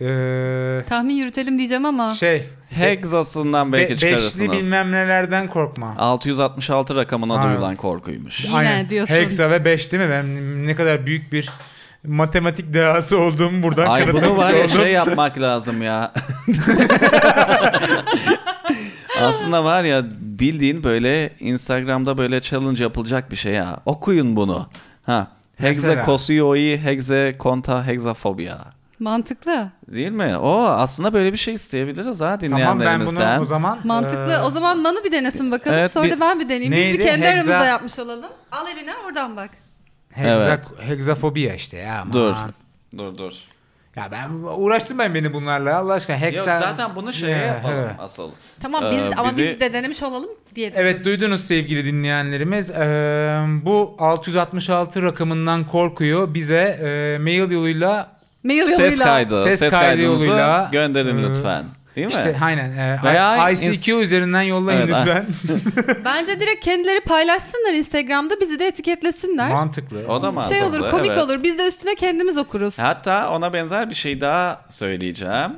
Speaker 1: Ee,
Speaker 3: Tahmin yürütelim diyeceğim ama.
Speaker 1: şey.
Speaker 2: Hexasından belki
Speaker 1: be- beşli
Speaker 2: çıkarırsınız.
Speaker 1: bilmem nelerden korkma.
Speaker 2: 666 rakamına
Speaker 1: Aynen.
Speaker 2: duyulan korkuymuş.
Speaker 3: Yine diyorsun.
Speaker 1: Hexa ve 5 değil mi? Ben ne kadar büyük bir matematik dehası olduğumu buradan
Speaker 2: Ay bunu
Speaker 1: kanıtlamış
Speaker 2: var ya
Speaker 1: oldum.
Speaker 2: şey yapmak
Speaker 1: [laughs]
Speaker 2: lazım ya. Aslında var ya bildiğin böyle Instagram'da böyle challenge yapılacak bir şey ya. Okuyun bunu. Ha. Hexe
Speaker 1: Mesela.
Speaker 2: kosioi, hexe konta, hexafobia.
Speaker 3: Mantıklı.
Speaker 2: Değil mi? O aslında böyle bir şey isteyebiliriz
Speaker 1: Tamam
Speaker 2: ha
Speaker 1: ben
Speaker 2: dinleyenlerimizden.
Speaker 1: bunu o zaman
Speaker 3: Mantıklı.
Speaker 1: ee,
Speaker 3: o zaman Manu bir denesin bakalım.
Speaker 2: Evet,
Speaker 3: Sonra
Speaker 2: bir-
Speaker 3: da ben bir deneyeyim. Biz
Speaker 1: Neydi?
Speaker 3: bir kendi
Speaker 1: Hexa-
Speaker 3: aramızda yapmış olalım. Al eline oradan bak.
Speaker 1: hexa,
Speaker 2: Evet.
Speaker 1: hexafobiya işte ya. aman.
Speaker 2: Dur. Dur dur.
Speaker 1: Ya ben uğraştım ben beni bunlarla Allah aşkına. Hexa...
Speaker 2: Yok zaten bunu şeye
Speaker 1: Ya,
Speaker 2: yapalım
Speaker 1: evet.
Speaker 2: asıl.
Speaker 3: Tamam biz
Speaker 2: Ee,
Speaker 3: ama
Speaker 2: bizi-
Speaker 3: biz de denemiş olalım diyelim.
Speaker 1: Evet duydunuz sevgili dinleyenlerimiz. Ee, bu 666 rakamından korkuyor. Bize e, mail yoluyla
Speaker 3: Mail yoluyla.
Speaker 2: Ses kaydı.
Speaker 1: Ses
Speaker 2: Ses,
Speaker 1: kaydı
Speaker 2: kaydınızı
Speaker 1: yoluyla,
Speaker 2: gönderin
Speaker 1: e,
Speaker 2: lütfen. Değil mi?
Speaker 1: işte aynen e,
Speaker 2: Veya
Speaker 1: I- ICQ üzerinden yollayın
Speaker 2: Evet, [laughs]
Speaker 1: lütfen. [laughs]
Speaker 3: Bence direkt kendileri paylaşsınlar Instagram'da bizi de etiketlesinler.
Speaker 1: Mantıklı.
Speaker 2: O da mı?
Speaker 3: şey
Speaker 2: Mantıklı,
Speaker 3: olur komik
Speaker 2: evet.
Speaker 3: olur. Biz de üstüne kendimiz okuruz.
Speaker 2: Hatta ona benzer bir şey daha söyleyeceğim.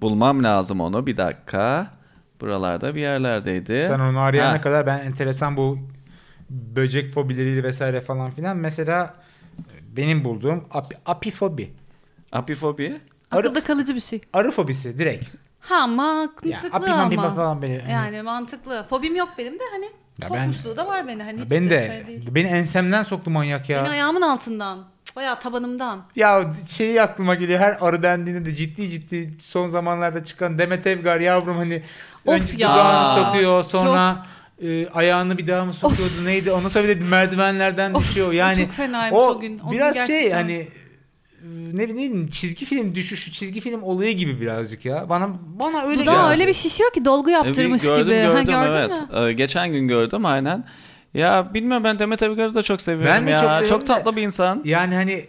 Speaker 2: Bulmam lazım onu. Bir dakika. Buralarda bir yerlerdeydi.
Speaker 1: Sen onu arayana
Speaker 2: Ha,
Speaker 1: kadar ben enteresan bu böcek fobileriyle vesaire falan filan. Mesela benim bulduğum ap- apifobi.
Speaker 2: Apifobi. E,
Speaker 3: Akılda kalıcı bir şey.
Speaker 1: Arı fobisi direkt.
Speaker 3: Ha mantıklı
Speaker 1: Ya, api mapi
Speaker 3: ama.
Speaker 1: falan beni.
Speaker 3: Yani mantıklı. Fobim yok benim de hani.
Speaker 1: Ya ben-
Speaker 3: Korkmuşluğu da var beni hani.
Speaker 1: Ya
Speaker 3: Hiç
Speaker 1: beni
Speaker 3: de
Speaker 1: de
Speaker 3: şey değil.
Speaker 1: beni ensemden soktu manyak ya.
Speaker 3: Beni ayağımın altından. Bayağı tabanımdan.
Speaker 1: Ya şeyi aklıma geliyor her arı dendiğinde de ciddi ciddi son zamanlarda çıkan Demet Evgar yavrum hani
Speaker 3: Of
Speaker 1: önce
Speaker 3: ya.
Speaker 1: dudağını sokuyor sonra e, ayağını bir daha mı sokuyordu neydi ondan sonra bir de merdivenlerden
Speaker 3: Of,
Speaker 1: düşüyor yani
Speaker 3: çok fenaymış
Speaker 1: o,
Speaker 3: o gün. O gün
Speaker 1: biraz şey
Speaker 3: gerçekten.
Speaker 1: hani e, ne bileyim çizgi film düşüşü çizgi film olayı gibi birazcık ya bana bana öyle
Speaker 3: Dudağı
Speaker 1: geldi.
Speaker 3: öyle bir şişiyor ki dolgu
Speaker 2: E, bir
Speaker 3: yaptırmış
Speaker 2: gördüm,
Speaker 3: gibi.
Speaker 2: Gördüm,
Speaker 3: ha, gördün
Speaker 2: evet.
Speaker 3: mü?
Speaker 2: E, geçen gün gördüm aynen. Ya bilmiyorum ben Demet Evgar'ı da çok seviyorum
Speaker 1: Ben de
Speaker 2: ya.
Speaker 1: çok seviyorum da-
Speaker 2: tatlı bir insan.
Speaker 1: yani hani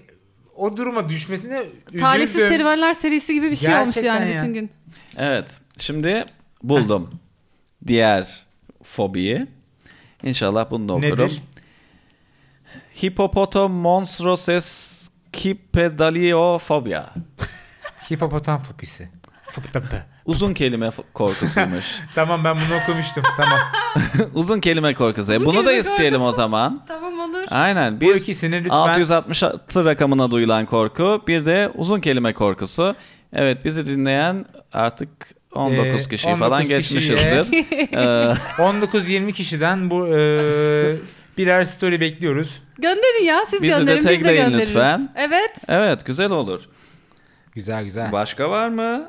Speaker 1: o duruma düşmesine üzüldüm.
Speaker 3: Talihsiz serüvenler serisi gibi bir şey olmuş
Speaker 1: Gerçekten
Speaker 3: yani
Speaker 1: ya.
Speaker 3: bütün gün.
Speaker 2: Evet. Şimdi buldum. Diğer fobiyi. İnşallah bunu da okurum.
Speaker 1: Nedir?
Speaker 2: Hipopoto monstroses kipedaliofobia.
Speaker 1: Hipopotam fobisi. Fıptıpı.
Speaker 2: Uzun kelime f-
Speaker 1: [laughs]
Speaker 2: korkusuymuş.
Speaker 1: tamam ben bunu okumuştum [laughs] tamam.
Speaker 2: Uzun kelime korkusu. E,
Speaker 3: Uzun
Speaker 2: Bunu da
Speaker 3: kelime
Speaker 2: isteyelim o
Speaker 3: korkusu.
Speaker 2: zaman.
Speaker 3: Tamam olur.
Speaker 2: Aynen.
Speaker 1: Bu
Speaker 2: Bir
Speaker 1: ikisini lütfen
Speaker 2: 666 rakamına duyulan korku, bir de uzun kelime korkusu. Evet, bizi dinleyen artık 19
Speaker 1: Ee,
Speaker 2: kişi
Speaker 1: 19
Speaker 2: falan
Speaker 1: kişiye.
Speaker 2: geçmişizdir. Ee,
Speaker 1: 19-20 kişiden bu e, birer story bekliyoruz.
Speaker 3: Gönderin ya siz
Speaker 2: Bizi de
Speaker 3: gönderin biz de
Speaker 2: tagleyin
Speaker 3: göndeririz.
Speaker 2: lütfen.
Speaker 3: Evet.
Speaker 2: evet, güzel olur.
Speaker 1: Güzel güzel.
Speaker 2: Başka var mı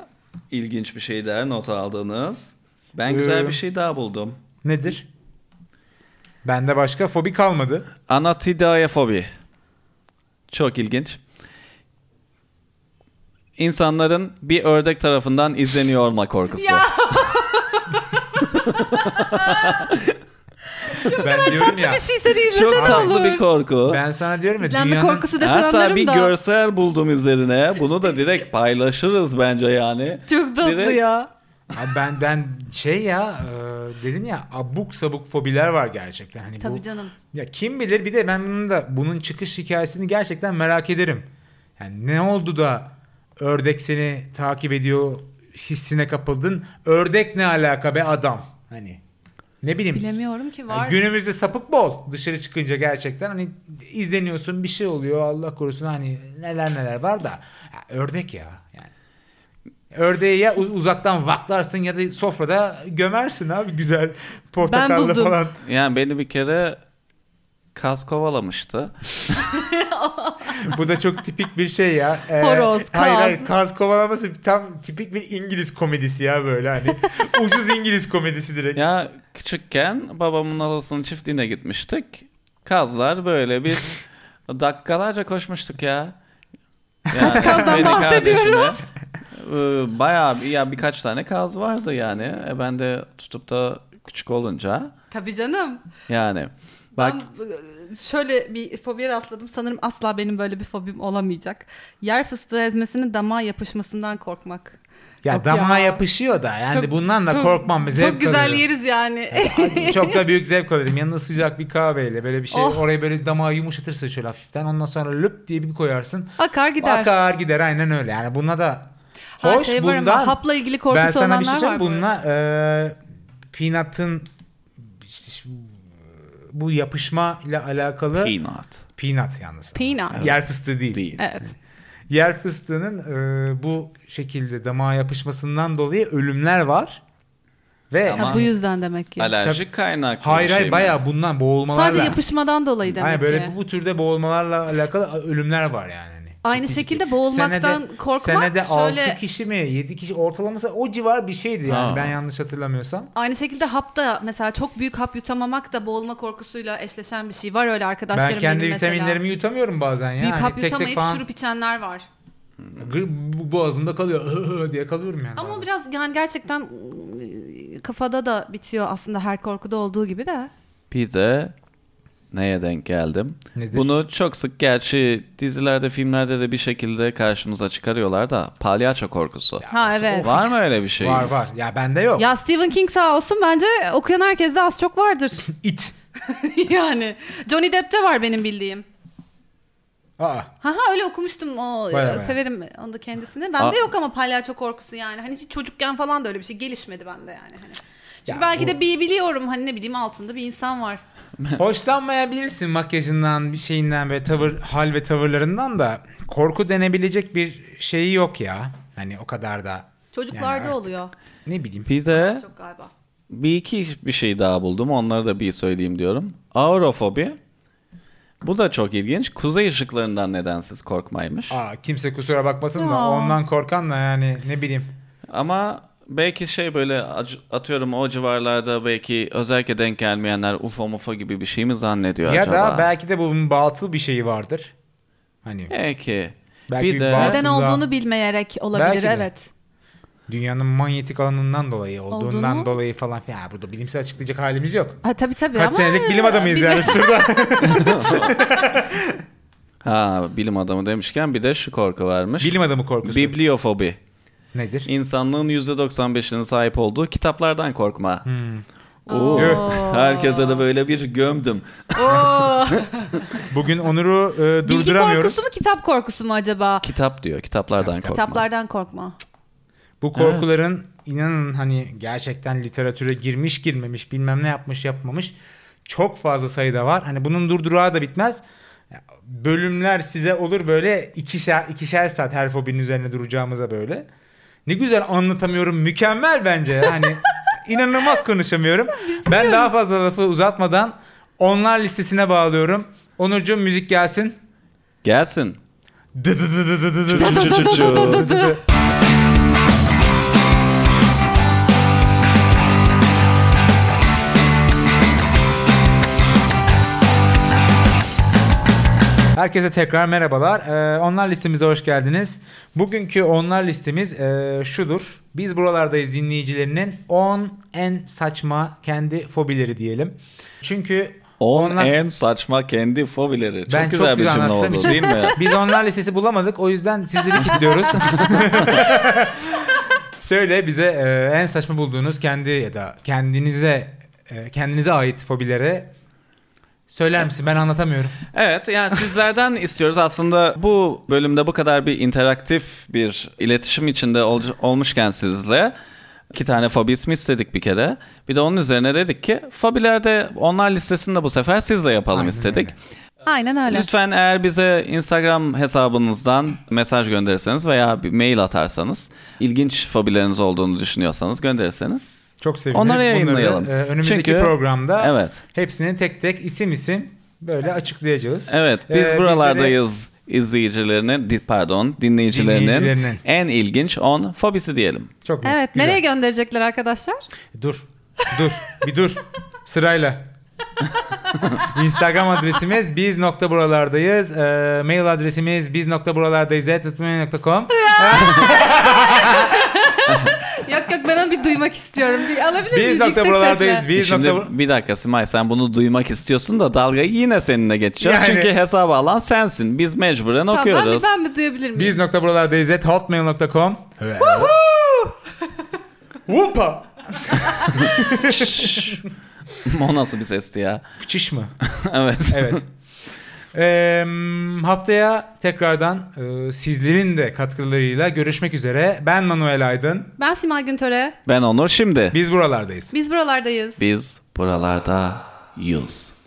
Speaker 2: ilginç bir şeyler not aldığınız? Ben
Speaker 1: Ee,
Speaker 2: güzel bir şey daha buldum.
Speaker 1: Nedir? Bende başka fobi kalmadı.
Speaker 2: Anatidaefobi. Çok ilginç. İnsanların bir ördek tarafından izleniyor olma korkusu.
Speaker 3: Ya. [laughs]
Speaker 1: ben diyorum ya.
Speaker 3: Bir şey seni izlesen
Speaker 2: Çok tatlı
Speaker 3: olur.
Speaker 2: bir korku.
Speaker 1: Ben sana diyorum ya
Speaker 3: İzlenme
Speaker 1: dünyanın
Speaker 3: korkusu desen
Speaker 2: Hatta
Speaker 3: anlarım
Speaker 2: bir
Speaker 3: da.
Speaker 2: görsel buldum üzerine. Bunu da
Speaker 3: [laughs]
Speaker 2: direkt paylaşırız bence yani.
Speaker 3: Çok tatlı
Speaker 2: Direkt-
Speaker 3: ya.
Speaker 1: Abi ben ben şey ya e, dedim ya abuk sabuk fobiler var gerçekten. Hani
Speaker 3: Tabii
Speaker 1: bu,
Speaker 3: canım.
Speaker 1: ya kim bilir bir de ben bunun da bunun çıkış hikayesini gerçekten merak ederim. Yani ne oldu da ördek seni takip ediyor hissine kapıldın. Ördek ne alaka be adam? Hani ne bileyim.
Speaker 3: Bilemiyorum ki
Speaker 1: Yani
Speaker 3: var.
Speaker 1: günümüzde sapık bol dışarı çıkınca gerçekten hani izleniyorsun bir şey oluyor Allah korusun hani neler neler var da ya ördek ya yani. Ördeği ya u- uzaktan vaklarsın ya da sofrada gömersin abi güzel portakallı
Speaker 3: buldum.
Speaker 1: falan.
Speaker 2: Yani beni bir kere kas kovalamıştı.
Speaker 1: Bu da çok tipik bir şey ya. Ee,
Speaker 3: Horoz,
Speaker 1: Hayır
Speaker 3: kaz.
Speaker 1: hayır kaz kovalaması tam tipik bir İngiliz komedisi ya böyle
Speaker 3: [laughs]
Speaker 1: hani. Ucuz İngiliz komedisi direkt.
Speaker 2: Ya küçükken babamın halasının çiftliğine gitmiştik. Kazlar böyle bir dakikalarca koşmuştuk ya. Yani
Speaker 3: kazdan
Speaker 2: beni
Speaker 3: bahsediyoruz?
Speaker 2: kardeşime, e, Bayağı bir- ya birkaç tane kaz vardı yani. E, ben de tutup da küçük olunca
Speaker 3: Tabii canım.
Speaker 2: yani bak
Speaker 3: Ben e, şöyle bir fobiye rastladım. Sanırım asla benim böyle bir fobim olamayacak. Yer fıstığı ezmesinin damağa yapışmasından korkmak.
Speaker 1: Ya
Speaker 3: Yok
Speaker 1: damağa
Speaker 3: ya.
Speaker 1: yapışıyor da yani
Speaker 3: Çok-
Speaker 1: bundan da
Speaker 3: çok-
Speaker 1: korkmam. Zevk
Speaker 3: Çok güzel
Speaker 1: alıyorum.
Speaker 3: yeriz yani.
Speaker 1: [laughs] çok da büyük zevk alırım. Yanına sıcak bir kahveyle böyle bir şey
Speaker 3: Oh.
Speaker 1: orayı böyle damağı yumuşatırsın şöyle hafiften. Ondan sonra löp diye bir koyarsın.
Speaker 3: Eh, Akar gider.
Speaker 1: Akar gider aynen öyle. Yani buna da
Speaker 3: Her
Speaker 1: hoş
Speaker 3: şey var ama
Speaker 1: bundan.
Speaker 3: hapla ilgili korkusu
Speaker 1: ben sana bir şey
Speaker 3: olanlar
Speaker 1: söyleyeyim.
Speaker 3: var bu
Speaker 1: Bununla e, peanut'ın işte şu- bu yapışma ile alakalı peanut,
Speaker 2: peanut
Speaker 1: yalnız.
Speaker 3: Peanut.
Speaker 1: Yer fıstığı değil.
Speaker 2: değil.
Speaker 3: Evet.
Speaker 1: Yer fıstığının e, bu şekilde damağa yapışmasından dolayı ölümler var. Ve
Speaker 3: Ha, bu yüzden demek ki.
Speaker 2: Alerjik kaynaklı
Speaker 1: hayır
Speaker 2: bir şey
Speaker 1: hayır
Speaker 2: mi?
Speaker 1: bayağı bundan boğulmalarla.
Speaker 3: Sadece yapışmadan dolayı demek
Speaker 1: Aynen böyle
Speaker 3: ki.
Speaker 1: bu, bu türde boğulmalarla alakalı ölümler var yani. Hani
Speaker 3: Aynı
Speaker 1: Ciddi
Speaker 3: şekilde
Speaker 1: ciddi.
Speaker 3: boğulmaktan
Speaker 1: senede,
Speaker 3: korkmak
Speaker 1: Senede
Speaker 3: şöyle-
Speaker 1: 6 kişi mi 7 kişi ortalaması o civar bir şeydi yani
Speaker 2: Ha.
Speaker 1: ben yanlış hatırlamıyorsam.
Speaker 3: Aynı şekilde hap da mesela çok büyük hap yutamamak da boğulma korkusuyla eşleşen bir şey var öyle arkadaşlarım
Speaker 1: Ben kendi
Speaker 3: benim mesela.
Speaker 1: vitaminlerimi yutamıyorum bazen ya.
Speaker 3: Büyük
Speaker 1: Hani
Speaker 3: hap
Speaker 1: tek tek
Speaker 3: yutamayıp
Speaker 1: falan
Speaker 3: şurup içenler var.
Speaker 1: gı- bu- boğazımda kalıyor diye kalıyorum yani.
Speaker 3: Ama
Speaker 1: bazen.
Speaker 3: biraz yani gerçekten ıı, kafada da bitiyor aslında her korkuda olduğu gibi de.
Speaker 2: Bir de neye denk geldim?
Speaker 1: Nedir?
Speaker 2: Bunu çok sık gerçi dizilerde, filmlerde de bir şekilde karşımıza çıkarıyorlar da palyaço korkusu.
Speaker 3: Ha evet.
Speaker 2: Var mı öyle bir şey?
Speaker 1: Var var. Ya bende yok.
Speaker 3: Ya Stephen King sağ olsun bence okuyan herkeste az çok [laughs] vardır.
Speaker 1: İt.
Speaker 3: yani Johnny Depp'te var benim bildiğim.
Speaker 1: Aa. [laughs]
Speaker 3: Ha ha öyle okumuştum o e,
Speaker 1: Baya baya.
Speaker 3: severim onu da kendisini.
Speaker 2: Aa.
Speaker 3: Bende yok ama palyaço korkusu yani. Hani hiç çocukken falan da öyle bir şey gelişmedi bende yani hani. Çünkü
Speaker 1: Ya
Speaker 3: belki
Speaker 1: bu-
Speaker 3: de bir biliyorum hani ne bileyim altında bir insan var.
Speaker 1: Hoşlanmayabilirsin makyajından, bir şeyinden ve tavır, hal ve tavırlarından da korku denebilecek bir şeyi yok ya. Hani o kadar da
Speaker 3: Çocuklarda
Speaker 1: Yani artık-
Speaker 3: oluyor
Speaker 1: ne bileyim.
Speaker 2: Bir de
Speaker 3: çok galiba.
Speaker 2: bir iki bir şey daha buldum. Onları da bir söyleyeyim diyorum. Aurofobi. Bu da çok ilginç. Kuzey ışıklarından nedensiz korkmaymış.
Speaker 1: Aa, kimse kusura bakmasın da
Speaker 3: Ya.
Speaker 1: ondan korkan da yani ne bileyim.
Speaker 2: Ama belki şey böyle ac- atıyorum o civarlarda belki özellikle denk gelmeyenler UFO mufo gibi bir şey mi zannediyor
Speaker 1: ya
Speaker 2: acaba?
Speaker 1: da belki de bunun batıl bir şeyi vardır. Hani
Speaker 2: Belki.
Speaker 1: Belki
Speaker 2: bir
Speaker 1: bir
Speaker 2: de
Speaker 1: bazı-
Speaker 3: Neden
Speaker 1: Aslında-
Speaker 3: olduğunu bilmeyerek olabilir
Speaker 1: Belki de.
Speaker 3: evet.
Speaker 1: dünyanın manyetik alanından dolayı olduğundan
Speaker 3: Olduğunu-
Speaker 1: dolayı falan filan. Ya burada bilimsel açıklayacak halimiz yok.
Speaker 3: Ha tabii tabii
Speaker 1: Kaç
Speaker 3: ama
Speaker 1: senelik bilim adamıyız
Speaker 3: Bilmiyorum.
Speaker 1: yani şurada.
Speaker 2: ha bilim adamı demişken bir de şu korku varmış.
Speaker 1: bilim adamı korkusu.
Speaker 2: Bibliofobi.
Speaker 1: Nedir?
Speaker 2: İnsanlığın %95'inin sahip olduğu kitaplardan korkma.
Speaker 1: Hmm.
Speaker 2: Oo.
Speaker 1: Oo.
Speaker 2: Herkese de böyle bir gömdüm.
Speaker 3: [laughs]
Speaker 1: [laughs] Bugün Onur'u e,
Speaker 3: Bilgi
Speaker 1: durduramıyoruz.
Speaker 3: korkusu mu kitap korkusu mu acaba?
Speaker 2: Kitap diyor. Kitaplardan korkma.
Speaker 3: Kitaplardan korkma.
Speaker 1: Bu korkuların inanın hani gerçekten literatüre girmiş girmemiş bilmem ne yapmış yapmamış çok fazla sayıda var. Hani bunun durdurağı da bitmez. Bölümler size olur böyle ikişer, ikişer saat her fobinin üzerine duracağımıza böyle. Ne güzel anlatamıyorum mükemmel bence hani inanılmaz konuşamıyorum. Ben daha fazla lafı uzatmadan onlar listesine bağlıyorum. Onurcuğum müzik gelsin.
Speaker 2: Gelsin.
Speaker 1: Dı dı dı dı dı dı dı.
Speaker 2: [laughs] Çu çu çu çu.
Speaker 1: Dı dı dı. Herkese tekrar merhabalar. Ee, onlar listemize hoş geldiniz. Bugünkü onlar listemiz e, şudur. Biz buralardayız dinleyicilerinin 10 en saçma kendi fobileri diyelim. Çünkü
Speaker 2: On
Speaker 1: onlar-
Speaker 2: en saçma kendi fobileri. Çok
Speaker 1: Ben
Speaker 2: güzel
Speaker 1: çok güzel
Speaker 2: bir cümle
Speaker 1: anlattığım
Speaker 2: oldu
Speaker 1: için- [laughs]
Speaker 2: değil mi?
Speaker 1: Biz onlar listesi bulamadık. O yüzden sizleri kilitliyoruz. [laughs] Şöyle bize e, en saçma bulduğunuz kendi ya da kendinize e, kendinize ait fobilere söyler misin? Ben anlatamıyorum.
Speaker 2: Evet yani sizlerden [laughs] istiyoruz aslında bu bölümde bu kadar bir interaktif bir iletişim içinde ol- olmuşken sizle iki tane fobi ismi istedik bir kere. Bir de onun üzerine dedik ki fobilerde onlar listesini de bu sefer sizle yapalım
Speaker 1: Aynen
Speaker 2: istedik.
Speaker 1: öyle.
Speaker 3: Aynen öyle.
Speaker 2: Lütfen eğer bize Instagram hesabınızdan mesaj gönderirseniz veya bir mail atarsanız ilginç fobileriniz olduğunu düşünüyorsanız gönderirseniz.
Speaker 1: Çok seviniriz.
Speaker 2: Onları
Speaker 1: Bunları,
Speaker 2: yayınlayalım.
Speaker 1: e, önümüzdeki
Speaker 2: Çünkü-
Speaker 1: programda
Speaker 2: Evet.
Speaker 1: hepsini tek tek isim isim böyle açıklayacağız.
Speaker 2: Evet biz
Speaker 1: Ee,
Speaker 2: buralardayız izleyicilerinin di- pardon dinleyicilerinin,
Speaker 1: Dinleyicilerinin.
Speaker 2: en ilginç 10 fobisi diyelim.
Speaker 1: bizleri- Çok
Speaker 3: Evet
Speaker 1: güzel.
Speaker 3: nereye gönderecekler arkadaşlar?
Speaker 1: Dur. Dur. Bir dur. Sırayla. Instagram adresimiz biz nokta buralardayız. Ee, mail adresimiz biz nokta buralardayız. at hotmail nokta com.
Speaker 3: yok yok ben onu bir duymak istiyorum. Bir alabilir miyiz?
Speaker 1: Biz nokta
Speaker 3: yüksek
Speaker 1: buralardayız.
Speaker 3: sesle?
Speaker 1: Biz
Speaker 2: E Şimdi
Speaker 1: nokta bur-
Speaker 2: bir dakika Simay sen bunu duymak istiyorsun da dalgayı yine seninle geçeceğiz.
Speaker 1: Yani-
Speaker 2: Çünkü hesabı alan sensin. Biz mecburen
Speaker 3: Tamam, ben
Speaker 2: okuyoruz.
Speaker 3: bir- ben mi duyabilir miyim?
Speaker 1: Biz nokta buralardayız. At hotmail.com. Vupa.
Speaker 2: [laughs] o nasıl bir sesti ya? [laughs]
Speaker 1: Fıçış mı?
Speaker 2: evet.
Speaker 1: Evet. Eee, haftaya tekrardan eee, sizlerin de katkılarıyla görüşmek üzere. Ben Manuel Aydın.
Speaker 3: Ben Simay Güntöre.
Speaker 2: Ben Onur şimdi.
Speaker 1: Biz buralardayız.
Speaker 3: Biz buralardayız.
Speaker 2: Biz buralarda yüz.